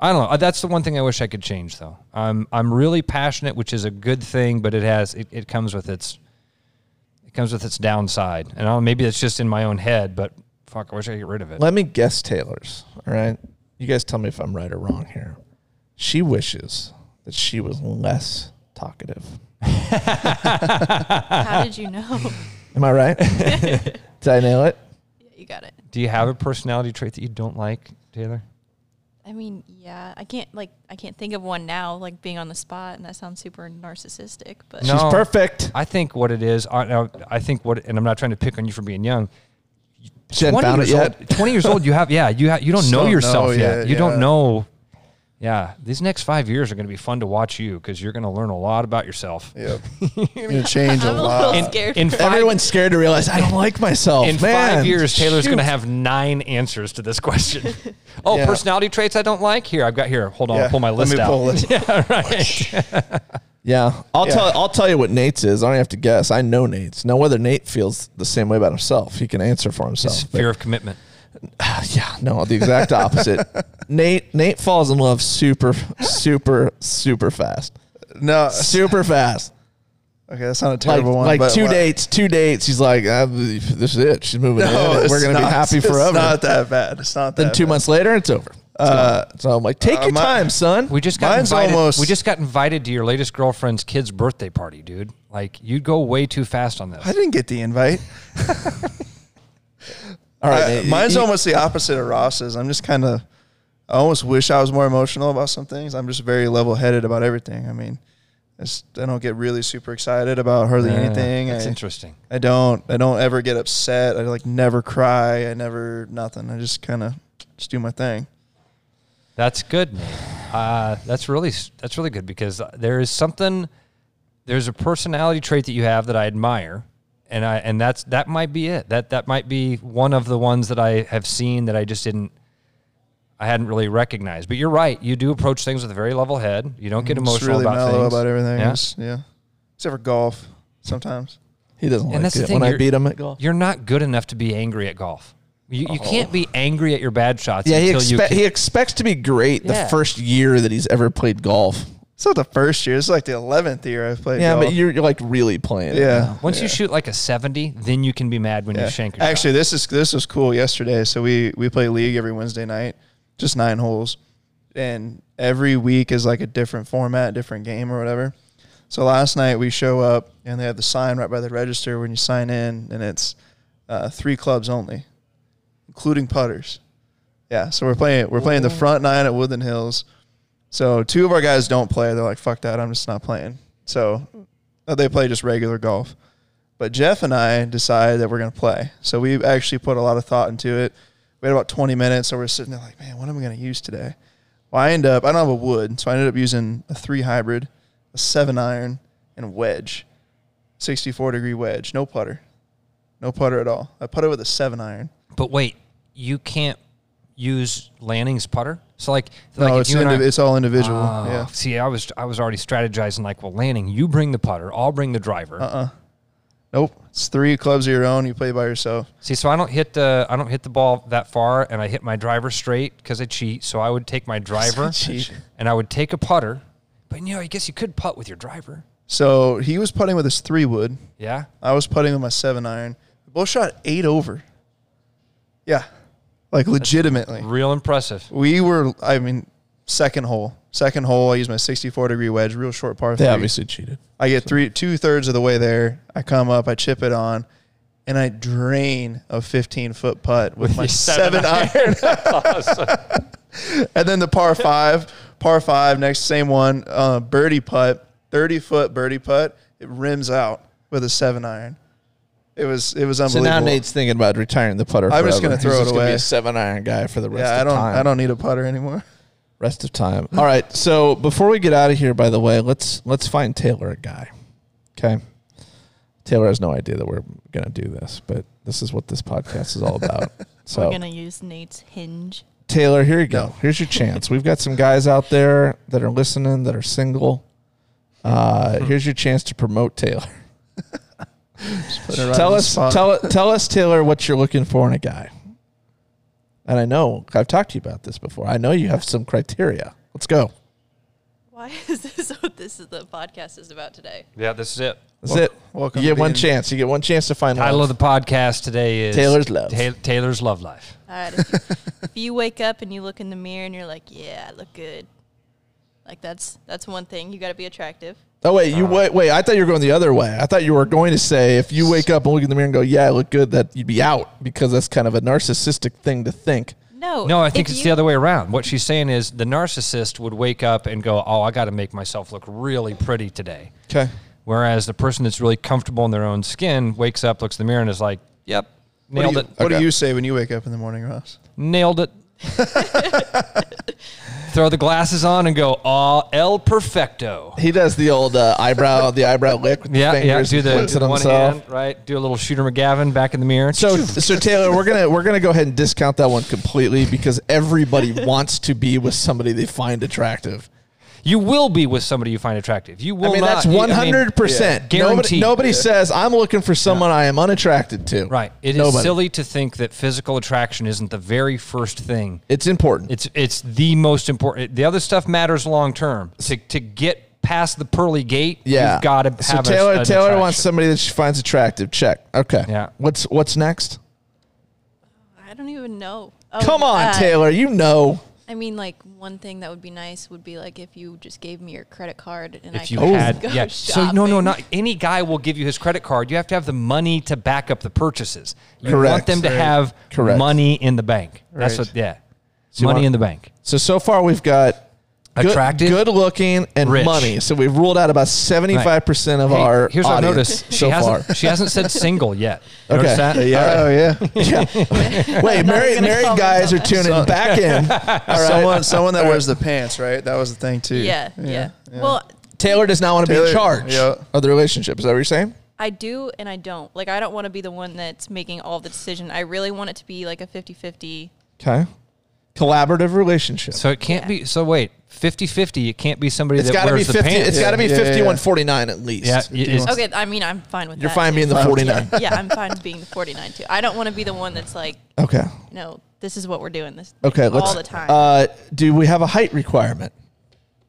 Speaker 3: I don't know. Uh, That's the one thing I wish I could change, though. I'm, I'm really passionate, which is a good thing, but it has, it, it comes with its, it comes with its downside. And I don't, maybe it's just in my own head, but fuck, I wish I could get rid of it.
Speaker 1: Let me guess Taylor's. All right. You guys tell me if I'm right or wrong here. She wishes that she was less talkative.
Speaker 4: How did you know?
Speaker 1: Am I right? Did I nail it?
Speaker 4: yeah, you got it.
Speaker 3: Do you have a personality trait that you don't like, Taylor?
Speaker 4: I mean, yeah, I can't like I can't think of one now, like being on the spot, and that sounds super narcissistic. But
Speaker 3: No.
Speaker 1: She's perfect.
Speaker 3: I think what it is, I, I- I think what, and I'm not trying to pick on you for being young.
Speaker 1: She hadn't found it
Speaker 3: years
Speaker 1: yet.
Speaker 3: Old, 20 years old, you have, yeah, you, ha- you don't
Speaker 5: Still
Speaker 3: know
Speaker 5: don't
Speaker 3: yourself
Speaker 5: know
Speaker 3: yet.
Speaker 5: yet,
Speaker 3: You
Speaker 5: yeah.
Speaker 3: don't know. Yeah, these next five years are going to be fun to watch you because you're going to learn a lot about yourself.
Speaker 5: Yep. You're gonna change a
Speaker 4: I'm a little
Speaker 5: lot.
Speaker 4: scared.
Speaker 3: In five,
Speaker 1: Everyone's scared to realize I don't like myself.
Speaker 3: in
Speaker 1: Oh, Man,
Speaker 3: five years, Taylor's going to
Speaker 1: shoot.
Speaker 3: have nine answers to this question. oh,
Speaker 1: Yeah.
Speaker 3: personality traits I don't like? Here, I've got here. Hold on,
Speaker 5: Yeah,
Speaker 3: I'll pull my
Speaker 5: let
Speaker 3: list
Speaker 5: me
Speaker 3: out.
Speaker 5: pull it.
Speaker 3: yeah, right.
Speaker 1: Yeah, I'll
Speaker 5: Yeah.
Speaker 1: tell I'll tell you what Nate's is. I don't have to guess. I know Nate's. Now whether Nate feels the same way about himself, he can answer for himself.
Speaker 3: It's
Speaker 1: but-
Speaker 3: fear of commitment.
Speaker 1: yeah, no, the exact opposite. Nate Nate falls in love super super super fast.
Speaker 5: No.
Speaker 1: Super fast.
Speaker 5: Okay, that's not a
Speaker 1: Like,
Speaker 5: terrible one.
Speaker 1: like
Speaker 5: but
Speaker 1: two
Speaker 5: what-
Speaker 1: dates, two dates. He's like, uh, this is it. She's moving in.
Speaker 5: No,
Speaker 1: and
Speaker 5: it's
Speaker 1: We're going to be
Speaker 5: not-
Speaker 1: happy forever.
Speaker 5: It's not that bad. It's not that.
Speaker 1: then two
Speaker 5: bad.
Speaker 1: months later, it's over. so I'm like, take
Speaker 5: uh,
Speaker 1: your
Speaker 5: my-
Speaker 1: time, son.
Speaker 3: We just got
Speaker 5: Mine's
Speaker 3: invited,
Speaker 5: almost-
Speaker 3: We just got invited to your latest girlfriend's kid's birthday party, dude. Like you go way too fast on
Speaker 5: I
Speaker 3: this.
Speaker 5: didn't get the invite.
Speaker 1: All right,
Speaker 5: I-
Speaker 1: Nate,
Speaker 5: mine's
Speaker 1: you-
Speaker 5: almost the opposite of Ross's. I'm just kind of, I almost wish I was more emotional about some things. I'm just very level headed about everything. I mean, it's, I don't get really super excited about hardly
Speaker 3: Yeah,
Speaker 5: anything.
Speaker 3: That's
Speaker 5: I,
Speaker 3: interesting.
Speaker 5: I don't, I don't ever get upset. I like never cry. I never nothing. I just kind of just do my thing.
Speaker 3: That's good, Nate. Uh, that's really that's really good because there is something there's a personality trait that you have that I admire, and I and that's that might be it. That that might be one of the ones that I have seen that I just didn't. I hadn't really recognized, but you're right. You do approach things with a very level head. You don't
Speaker 1: Mm,
Speaker 3: get
Speaker 5: Just
Speaker 3: emotional
Speaker 5: really
Speaker 3: about
Speaker 5: mellow
Speaker 3: things.
Speaker 5: about everything.
Speaker 3: Yeah.
Speaker 5: It's- Yeah. Except for golf sometimes.
Speaker 1: He doesn't
Speaker 3: And
Speaker 1: like
Speaker 3: that's the
Speaker 1: it
Speaker 3: thing.
Speaker 1: when I
Speaker 3: you're-
Speaker 1: beat him at golf.
Speaker 3: You're not good enough to be angry at golf. You, you can't be angry at your bad shots.
Speaker 1: Oh. Yeah, he,
Speaker 3: until you
Speaker 1: expe-
Speaker 3: can-
Speaker 1: he expects to be great
Speaker 3: Yeah.
Speaker 1: the first year that he's ever played golf.
Speaker 5: It's not the first year. It's like the 11th year I've played
Speaker 1: Yeah,
Speaker 5: golf.
Speaker 1: but you're, you're like really playing. it
Speaker 5: Yeah.
Speaker 1: now.
Speaker 3: Once you shoot like a 70, then you can be mad when
Speaker 5: Yeah.
Speaker 3: you shank your shot.
Speaker 5: Actually, this is this was cool yesterday. So we we play league every Wednesday night, just nine holes, and every week is like a different format, different game or whatever. So last night we show up and they have the sign right by the register when you sign in, and it's uh, three clubs only, including putters. Yeah, so we're playing we're playing the front nine at Woodland Hills. So two of our guys don't play. They're like, "Fuck that! I'm just not playing." So uh, they play just regular golf. But Jeff and I decided that we're going to play. So we actually put a lot of thought into it. We had about 20 minutes, so we're sitting there like, man, what am I going to use today? Well, I end up, I don't have a wood, so I ended up using a three hybrid, a seven iron, and a wedge, 64 degree wedge, no putter, no putter at all. I putted with a seven iron.
Speaker 3: But wait, you can't use Lanning's putter? So like,
Speaker 5: No,
Speaker 3: like if
Speaker 5: it's,
Speaker 3: you and
Speaker 5: indiv-
Speaker 3: I-
Speaker 5: it's all individual.
Speaker 3: Oh,
Speaker 5: yeah.
Speaker 3: See, I was I was already strategizing like, well, Lanning, you bring the putter, I'll bring the driver.
Speaker 5: Uh-uh. Nope. It's three clubs of your own. You play by yourself.
Speaker 3: See, so I don't hit the I don't hit the ball that far, and I hit my driver straight because I cheat. So I would take my driver,
Speaker 5: cheat.
Speaker 3: and I would take a putter. But you know, I guess you could putt with your driver.
Speaker 5: So he was putting with his three wood.
Speaker 3: Yeah,
Speaker 5: I was putting with my seven iron. We both shot eight over. Yeah. Like legitimately.
Speaker 3: real impressive.
Speaker 5: We were I mean, second hole. Second hole, I used my sixty four degree wedge, real short par three.
Speaker 1: They obviously cheated.
Speaker 5: I get three two thirds of the way there. I come up, I chip it on, and I drain a fifteen foot putt with, my
Speaker 3: your seven
Speaker 5: seven, iron. and then the par five, par five, next same one, uh, birdie putt, thirty foot birdie putt. It rims out with a seven iron. It was it was
Speaker 1: So
Speaker 5: unbelievable.
Speaker 1: now Nate's thinking about retiring the putter.
Speaker 5: I'm just
Speaker 1: forever.
Speaker 5: gonna throw
Speaker 1: He's
Speaker 5: it
Speaker 1: just gonna Be
Speaker 5: away.
Speaker 1: a seven iron guy for the rest.
Speaker 5: yeah,
Speaker 1: of
Speaker 5: I don't
Speaker 1: time.
Speaker 5: I don't need a putter anymore.
Speaker 1: Rest of time. All right. So before we get out of here, by the way, let's let's find Taylor a guy. Okay. Taylor has no idea that we're gonna do this, but this is what this podcast is all about.
Speaker 4: We're
Speaker 1: So
Speaker 4: gonna use Nate's hinge.
Speaker 1: Taylor, here you go. Here's your chance. We've got some guys out there that are listening that are single. Uh, here's your chance to promote Taylor.
Speaker 5: Put it right on
Speaker 1: tell
Speaker 5: the
Speaker 1: us,
Speaker 5: spot.
Speaker 1: tell tell us, Taylor, what you're looking for in a guy. And I know I've talked to you about this before. I know you have some criteria. Let's go.
Speaker 4: Why is this what this is the podcast is about today?
Speaker 3: Yeah, this is it.
Speaker 1: That's
Speaker 5: Wel-
Speaker 1: it.
Speaker 5: welcome
Speaker 1: you
Speaker 5: to
Speaker 1: get one
Speaker 5: being-
Speaker 1: chance. You get one chance to find
Speaker 3: Title
Speaker 1: love.
Speaker 3: of the podcast today is
Speaker 1: Taylor's Love.
Speaker 3: Ta- Taylor's love life.
Speaker 4: All right. If you, if you wake up and you look in the mirror and you're like, "Yeah, I look good," like that's that's one thing. You got to be attractive.
Speaker 1: Oh wait, you wait, wait. I thought you were going the other way. I thought you were going to say if you wake up and look in the mirror and go, "Yeah, I look good," that you'd be out because that's kind of a narcissistic thing to think.
Speaker 4: No.
Speaker 3: No, I think
Speaker 4: if
Speaker 3: it's
Speaker 4: you-
Speaker 3: the other way around. What she's saying is the narcissist would wake up and go, "Oh, I got to make myself look really pretty today."
Speaker 1: Okay.
Speaker 3: Whereas the person that's really comfortable in their own skin wakes up, looks in the mirror, and is like, "Yep,
Speaker 5: What do
Speaker 3: nailed
Speaker 5: you-
Speaker 3: it,
Speaker 5: What do
Speaker 1: Okay.
Speaker 5: you say when you wake up in the morning, Ross?
Speaker 3: nailed it." Throw the glasses on and go, "Ah, el perfecto."
Speaker 1: He does the old uh, eyebrow, the eyebrow lick with
Speaker 3: Yeah,
Speaker 1: his
Speaker 3: yeah.
Speaker 1: fingers.
Speaker 3: Do the,
Speaker 1: points
Speaker 3: do
Speaker 1: at
Speaker 3: the one
Speaker 1: himself.
Speaker 3: hand, right? Do a little shooter McGavin back in the mirror.
Speaker 1: So, so Taylor, we're gonna we're gonna go ahead and discount that one completely because everybody wants to be with somebody they find attractive.
Speaker 3: you will be with somebody you find attractive. You will.
Speaker 1: I mean,
Speaker 3: not-
Speaker 1: that's
Speaker 3: you-
Speaker 1: one
Speaker 3: I mean,
Speaker 1: hundred percent. Nobody,
Speaker 3: guaranteed.
Speaker 1: nobody says I'm looking for someone I am unattracted to.
Speaker 3: Right. It is
Speaker 1: Nobody.
Speaker 3: silly to think that physical attraction isn't the very first thing.
Speaker 1: It's important.
Speaker 3: It's it's the most important. The other stuff matters long term. To to get past the pearly gate,
Speaker 1: yeah,
Speaker 3: you've got to have
Speaker 1: so
Speaker 3: a-
Speaker 1: Taylor.
Speaker 3: an
Speaker 1: Taylor
Speaker 3: attraction.
Speaker 1: wants somebody that she finds attractive. Check. Okay.
Speaker 3: Yeah.
Speaker 1: What's What's next?
Speaker 4: I don't even know. Oh,
Speaker 1: Come on,
Speaker 4: uh,
Speaker 1: Taylor. You know.
Speaker 4: I mean, like one thing that would be nice would be like if you just gave me your credit card and I
Speaker 3: if you
Speaker 4: could
Speaker 3: had
Speaker 4: go
Speaker 3: yeah. So no no
Speaker 4: shopping.
Speaker 3: not any guy will give you his credit card. You have to have the money to back up the purchases. You want
Speaker 1: Correct.
Speaker 3: them to
Speaker 1: Right.
Speaker 3: have
Speaker 1: Correct.
Speaker 3: money in the bank. That's
Speaker 5: Right.
Speaker 3: what yeah.
Speaker 1: you
Speaker 3: money
Speaker 1: want-
Speaker 3: in the bank.
Speaker 1: So so far we've got good,
Speaker 3: Attractive,
Speaker 1: good looking, and
Speaker 3: rich.
Speaker 1: money. So we've ruled out about seventy five percent of
Speaker 3: Hey,
Speaker 1: our.
Speaker 3: here's what I
Speaker 1: audience so
Speaker 3: noticed.
Speaker 1: far.
Speaker 3: she hasn't she hasn't said single yet.
Speaker 1: Okay.
Speaker 3: Notice that?
Speaker 5: Oh yeah.
Speaker 1: Yeah. Wait, married
Speaker 4: gonna
Speaker 1: married
Speaker 4: comment
Speaker 1: guys
Speaker 4: on
Speaker 1: are tuning
Speaker 5: So-
Speaker 1: back in. All right.
Speaker 5: Someone someone that wears the pants, right? That was the thing too.
Speaker 4: Yeah, yeah. Well,
Speaker 1: Taylor does not want to be
Speaker 5: Taylor-
Speaker 1: in charge
Speaker 5: yeah.
Speaker 1: of the relationship. Is that what you're saying?
Speaker 4: I do and I don't. Like I don't want to be the one that's making all the decision. I really want it to be like a 50-50.
Speaker 1: Okay. Collaborative relationship.
Speaker 3: So it can't be. So wait, 50-50, It can't be somebody
Speaker 1: It's
Speaker 3: that
Speaker 1: got to be
Speaker 3: wears the
Speaker 1: 50.
Speaker 3: pants.
Speaker 1: It's got to be
Speaker 5: Yeah, yeah, yeah.
Speaker 1: 51 49 at least.
Speaker 3: yeah, it is.
Speaker 4: Okay, I mean I'm fine with
Speaker 1: You're
Speaker 4: that.
Speaker 1: fine being the
Speaker 4: Yeah.
Speaker 1: 49.
Speaker 4: Yeah, I'm fine with being the 49 too. I don't want to be the one that's like,
Speaker 1: Okay.
Speaker 4: you know, this is what we're doing this
Speaker 1: Okay.
Speaker 4: all
Speaker 1: Let's,
Speaker 4: the time.
Speaker 1: Uh, do we have a height requirement?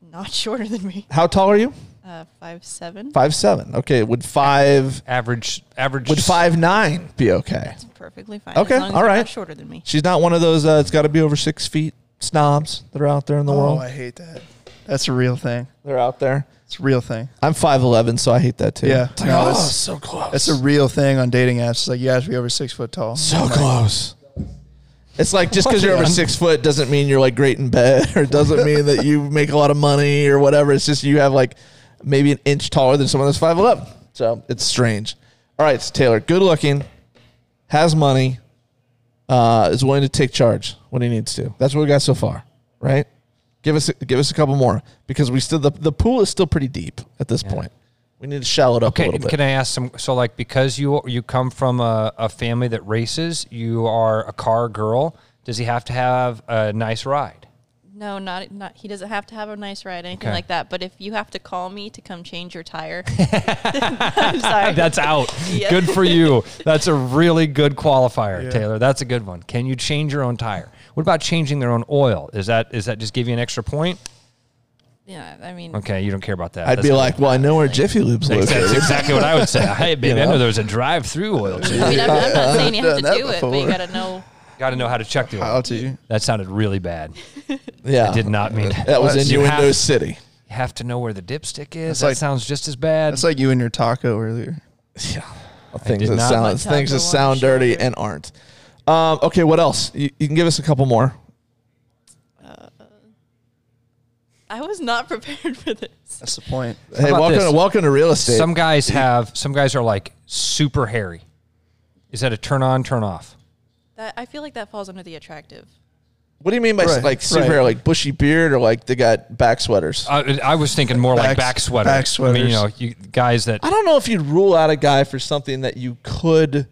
Speaker 4: Not shorter than me.
Speaker 1: How tall are you?
Speaker 4: Uh, five seven.
Speaker 1: Five seven. Okay. Would five
Speaker 3: average average
Speaker 1: would five nine be okay?
Speaker 4: That's perfectly fine.
Speaker 1: Okay,
Speaker 4: as long as
Speaker 1: all
Speaker 4: you're
Speaker 1: right.
Speaker 4: Not shorter than me.
Speaker 1: She's not one of those. Uh, it's got to be over six feet snobs that are out there in the
Speaker 5: Oh,
Speaker 1: world.
Speaker 5: I hate that. That's a real thing.
Speaker 1: They're out there.
Speaker 5: It's a real thing.
Speaker 1: I'm five eleven, so I hate that too.
Speaker 5: Yeah.
Speaker 1: It's like,
Speaker 5: No,
Speaker 1: oh,
Speaker 5: it's-
Speaker 1: so close.
Speaker 5: That's a real thing on dating apps. It's like you have to be over six foot tall.
Speaker 1: so close. It's like just because you're over
Speaker 3: What?
Speaker 1: six foot doesn't mean you're like great in bed, or it doesn't mean that you make a lot of money or whatever. It's just you have like maybe an inch taller than someone that's five eleven. So it's strange. All right, so Taylor, good looking, has money, uh, is willing to take charge when he needs to. That's what we got so far, right? Give us give us a couple more because we still the, the pool is still pretty deep at this point. We need to shallow it up a
Speaker 3: Okay,
Speaker 1: little bit.
Speaker 3: can I ask some? So, like, because you you come from a, a family that races, you are a car girl. Does he have to have a nice ride?
Speaker 4: No, not not. He doesn't have to have a nice ride, anything
Speaker 3: Okay.
Speaker 4: like that. But if you have to call me to come change your tire, I'm sorry.
Speaker 3: That's out.
Speaker 4: Yeah.
Speaker 3: Good for you. That's a really good qualifier, Taylor. That's a good one. Can you change your own tire? What about changing their own oil? Is that is that just give you an extra point?
Speaker 4: yeah. I mean,
Speaker 3: Okay, you don't care about that.
Speaker 1: I'd
Speaker 3: That's
Speaker 1: be
Speaker 3: not-
Speaker 1: like, well, I know where Jiffy Lube's
Speaker 3: that's
Speaker 1: located.
Speaker 3: exactly what I would say. Hey, baby, I know there's a drive-through oil. change.
Speaker 4: I mean, I'm, I'm not saying you have to
Speaker 5: done that
Speaker 4: do it, but you
Speaker 5: before.
Speaker 4: gotta know.
Speaker 3: Got to know how to check the
Speaker 5: How
Speaker 3: oil.
Speaker 5: to?
Speaker 3: That sounded really bad.
Speaker 1: Yeah,
Speaker 3: Did not mean
Speaker 1: That was
Speaker 3: You have-
Speaker 1: innuendo city.
Speaker 3: You have to know where the dipstick is.
Speaker 5: That's
Speaker 3: That
Speaker 5: like-
Speaker 3: sounds just as bad.
Speaker 5: That's like you and your taco earlier.
Speaker 1: Yeah. Things
Speaker 3: did
Speaker 1: that
Speaker 3: not
Speaker 1: sound
Speaker 4: like that
Speaker 1: things that
Speaker 4: one,
Speaker 1: sound
Speaker 4: sure.
Speaker 1: dirty and aren't. Um, okay, what else? You, you can give us a couple more.
Speaker 4: I was not prepared for this.
Speaker 5: That's the point.
Speaker 1: hey,
Speaker 3: about
Speaker 1: welcome
Speaker 3: this?
Speaker 1: to, welcome to real estate.
Speaker 3: some guys have. Some guys are like super hairy. Is that a turn on, turn off?
Speaker 4: That I feel like that falls under the attractive.
Speaker 1: what do you mean by
Speaker 5: Right,
Speaker 1: like super
Speaker 5: right.
Speaker 1: hair, like bushy beard, or like they got back sweaters?
Speaker 3: I, I was thinking more like
Speaker 5: Back-
Speaker 3: back sweater.
Speaker 5: back
Speaker 3: I mean,
Speaker 5: sweaters.
Speaker 3: you know, you, guys that
Speaker 1: I don't know if you'd rule out a guy for something that you could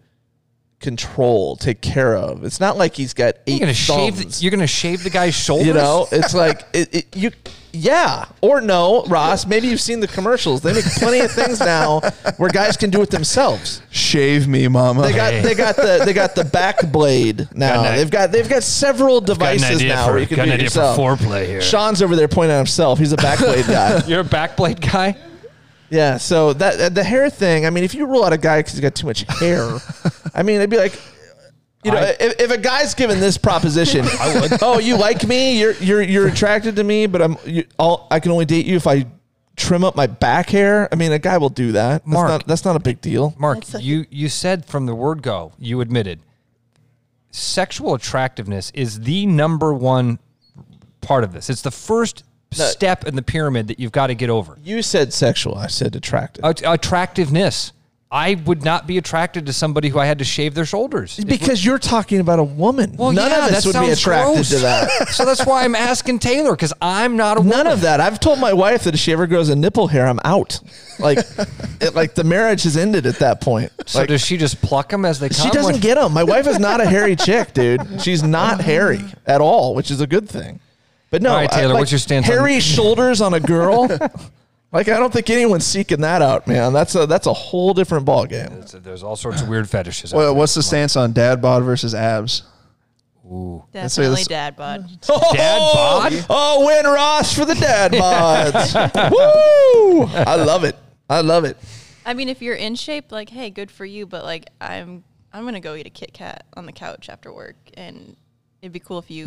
Speaker 1: control, take care of. It's not like he's got 8
Speaker 3: you're gonna shave.
Speaker 1: thumbs.
Speaker 3: The, you're gonna shave the guy's shoulders.
Speaker 1: You know, it's like it, it, you. Yeah, or no, Ross. Maybe you've seen the commercials. They make plenty of things now where guys can do it themselves.
Speaker 5: Shave me, mama.
Speaker 1: They got they got the they got the back blade now.
Speaker 6: an i-
Speaker 1: they've got they've got several
Speaker 6: an
Speaker 1: devices
Speaker 6: idea
Speaker 1: now
Speaker 6: for-
Speaker 1: where you can
Speaker 6: got an
Speaker 1: do it
Speaker 6: idea for
Speaker 1: yourself.
Speaker 6: foreplay here.
Speaker 1: Sean's over there pointing at himself. He's a back blade guy.
Speaker 3: You're a back blade guy.
Speaker 1: Yeah. So that that- the hair thing. I mean, if you rule out a guy because he's got too much hair, I mean, it'd be like. You know,
Speaker 3: I-
Speaker 1: if, if a guy's given this proposition, I would. oh, you like me, you're you're you're attracted to me, but I'm you, all I can only date you if I trim up my back hair. I mean, a guy will do that. That's
Speaker 3: Mark.
Speaker 1: not that's not a big deal.
Speaker 3: Mark,
Speaker 4: That's like-
Speaker 3: you you said from the word go, you admitted sexual attractiveness is the number one part of this. It's the first
Speaker 1: No.
Speaker 3: step in the pyramid that you've got to get over.
Speaker 1: You said sexual, I said attractive.
Speaker 3: At- attractiveness. I would not be attracted to somebody who I had to shave their shoulders.
Speaker 1: Because you're talking about a woman.
Speaker 3: Well,
Speaker 1: None
Speaker 3: yeah,
Speaker 1: of us
Speaker 3: that
Speaker 1: would be
Speaker 3: sounds
Speaker 1: attracted
Speaker 3: gross.
Speaker 1: to that.
Speaker 3: so that's why I'm asking Taylor because I'm not a woman.
Speaker 1: None of that. I've told my wife that if she ever grows a nipple hair, I'm out. Like, it, like the marriage has ended at that point.
Speaker 3: So
Speaker 1: Like,
Speaker 3: does she just pluck them as they come?
Speaker 1: she doesn't
Speaker 3: Like-
Speaker 1: get them. My wife is not a hairy chick, dude. She's not hairy at all, which is a good thing. But no,
Speaker 3: All right, Taylor,
Speaker 1: I- like,
Speaker 3: what's your stance on-
Speaker 1: Hairy shoulders on a girl. like, I don't think anyone's seeking that out, man. That's a that's a whole different ballgame.
Speaker 3: So there's all sorts of weird fetishes. out
Speaker 5: Well,
Speaker 3: there.
Speaker 5: what's the stance on dad bod versus abs? say
Speaker 4: Definitely
Speaker 5: this-
Speaker 4: dad bod.
Speaker 3: Dad bod?
Speaker 1: Oh, win Ross for the dad bods. Woo! I love it. I love it.
Speaker 4: I mean, if you're in shape, like, hey, good for you. But like, I'm I'm gonna go eat a Kit Kat on the couch after work, and it'd be cool if you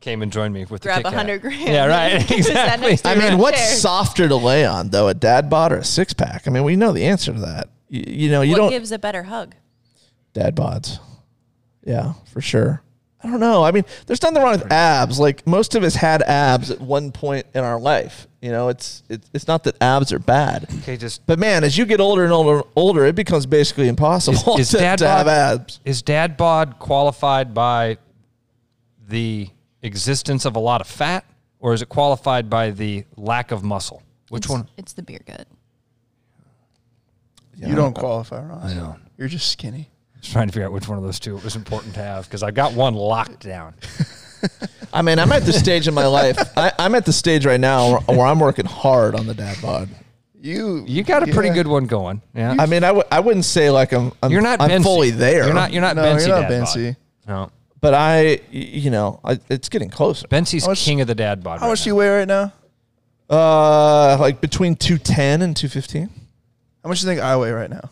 Speaker 3: Came and joined me with
Speaker 4: grab
Speaker 3: the
Speaker 4: a
Speaker 3: Kit Kat.
Speaker 4: hundred grand.
Speaker 3: Yeah, right.
Speaker 4: Sit
Speaker 3: Exactly.
Speaker 4: next to
Speaker 1: I
Speaker 4: your
Speaker 1: mean, what's
Speaker 4: chair.
Speaker 1: softer to lay on though, a dad bod or a six pack? I mean, we know the answer to that. You, you know, you
Speaker 4: what
Speaker 1: don't
Speaker 4: gives a better hug?
Speaker 1: dad bods. Yeah, for sure. I don't know. I mean, there's nothing wrong with abs. Like most of us had abs at one point in our life. You know, it's it's, it's not that abs are bad.
Speaker 3: Okay, just
Speaker 1: But man, as you get older and older, older, it becomes basically impossible
Speaker 3: is
Speaker 1: to,
Speaker 3: dad
Speaker 1: to have
Speaker 3: bod-
Speaker 1: abs.
Speaker 3: Is dad bod qualified by the existence of a lot of fat, or is it qualified by the lack of muscle? Which
Speaker 4: It's-
Speaker 3: one?
Speaker 4: It's the beer gut.
Speaker 5: you don't qualify, Ron.
Speaker 3: I don't.
Speaker 5: You're just skinny.
Speaker 3: Just trying to figure out which one of those two it was important to have because I got one locked down.
Speaker 1: I mean, I'm at the stage in my life. I, I'm at the stage right now where, where I'm working hard on the dad bod.
Speaker 5: You
Speaker 3: You got a pretty
Speaker 5: yeah.
Speaker 3: good one going. Yeah,
Speaker 1: I mean, I w- I wouldn't say like I'm. I'm
Speaker 3: you're not.
Speaker 1: I'm
Speaker 3: Bency.
Speaker 1: fully there.
Speaker 3: You're not. You're not.
Speaker 5: No,
Speaker 3: Bency
Speaker 5: you're not
Speaker 3: dad bod.
Speaker 5: Bency.
Speaker 3: No,
Speaker 1: But I, y- you know, I, it's getting closer.
Speaker 3: Bensy's
Speaker 5: How much-
Speaker 3: king of the dad bod.
Speaker 5: How
Speaker 3: right
Speaker 5: much do
Speaker 3: now.
Speaker 5: you weigh right now?
Speaker 1: Uh, like between 210 and 215,
Speaker 5: How much do you think I weigh right now?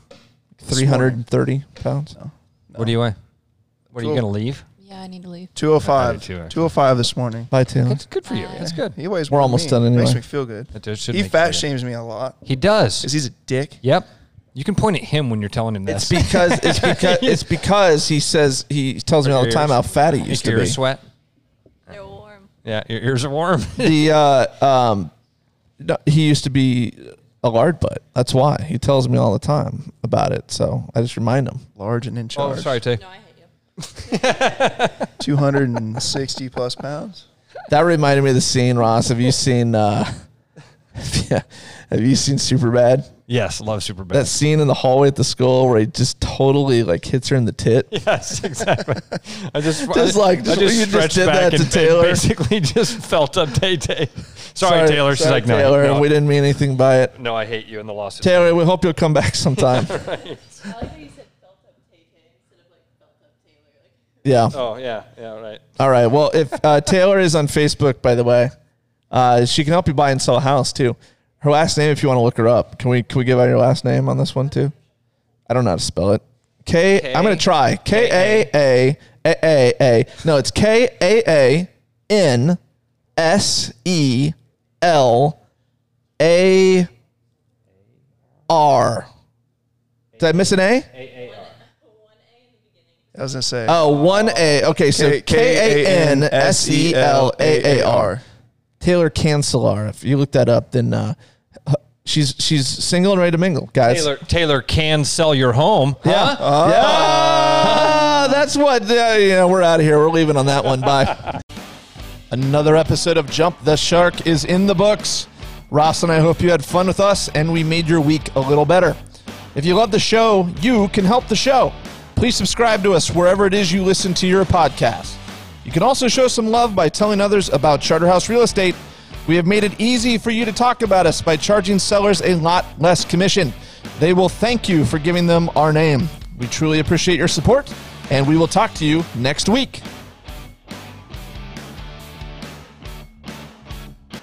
Speaker 1: 330 pounds.
Speaker 3: What do you weigh? What are you
Speaker 5: Cool.
Speaker 3: gonna leave?
Speaker 4: Yeah, I need to
Speaker 3: I
Speaker 4: leave.
Speaker 3: did
Speaker 5: 205.
Speaker 3: too, actually.
Speaker 5: 205 this morning.
Speaker 1: By two.
Speaker 3: That's good for you. That's good.
Speaker 5: He weighs
Speaker 1: We're
Speaker 5: more than
Speaker 1: almost
Speaker 5: me.
Speaker 1: done anyway.
Speaker 5: Makes me feel good.
Speaker 3: That does- should
Speaker 5: He
Speaker 3: make you
Speaker 5: fat
Speaker 3: good.
Speaker 5: shames me a lot
Speaker 3: He does.
Speaker 5: because he's a dick.
Speaker 3: Yep. You can point at him when you're telling him
Speaker 1: It's
Speaker 3: this.
Speaker 1: because it's because it's because he says he tells me all the time how fat he used to
Speaker 3: Your
Speaker 1: be.
Speaker 3: ears sweat.
Speaker 4: They're warm.
Speaker 3: Yeah, your ears are warm.
Speaker 1: The uh, um, no, he used to be a lard butt. That's why he tells me all the time about it. So I just remind him.
Speaker 5: Large and in
Speaker 3: oh,
Speaker 5: charge.
Speaker 3: sorry, Tay.
Speaker 4: I hate you.
Speaker 5: 260 plus pounds.
Speaker 1: That reminded me of the scene, Ross. Have you seen? Uh, yeah, have you seen Superbad?
Speaker 3: Yes, love super bad.
Speaker 1: That scene in the hallway at the school where he just totally like hits her in the tit.
Speaker 3: Yes, exactly. I just,
Speaker 1: Just
Speaker 3: I,
Speaker 1: like-
Speaker 3: I
Speaker 1: you just
Speaker 3: stretched
Speaker 1: did that
Speaker 3: back
Speaker 1: to
Speaker 3: and ba-
Speaker 1: Taylor.
Speaker 3: Basically, just felt up Tay Tay. Sorry, Taylor. She's
Speaker 1: sorry,
Speaker 3: like, no,
Speaker 1: Taylor,
Speaker 3: no,
Speaker 1: we didn't mean anything by it.
Speaker 3: no, I hate you in the lawsuit.
Speaker 1: Taylor, we hope you'll come back sometime.
Speaker 4: I like how you said felt up Tay Tay instead of like felt up Taylor. Like
Speaker 1: Yeah.
Speaker 3: oh yeah, yeah, right.
Speaker 1: All right. Well, if uh, Taylor is on Facebook, by the way, uh, she can help you buy and sell a house too. Her last name, if you want to look her up, can we can we give out your last name on this one too? I don't know how to spell it. K. am gonna try K A A A A A. No, it's K A A N S E L A R. Did I miss an A?
Speaker 5: I was gonna say.
Speaker 1: Oh, one A. Okay, so K A N S E L A A R. Taylor Cancelar. If you look that up, then uh, h- she's she's single and ready to mingle, guys.
Speaker 3: Taylor, Taylor can sell your home.
Speaker 1: Yeah.
Speaker 3: huh?
Speaker 1: yeah. Ah, that's what. Uh, yeah, we're out of here. We're leaving on that one. Bye. Another episode of Jump the Shark is in the books. Ross and I hope you had fun with us and we made your week a little better. If you love the show, you can help the show. Please subscribe to us wherever it is you listen to your podcast. You can also show some love by telling others about Charterhouse Real Estate. We have made it easy for you to talk about us by charging sellers a lot less commission. They will thank you for giving them our name. We truly appreciate your support, and we will talk to you next week.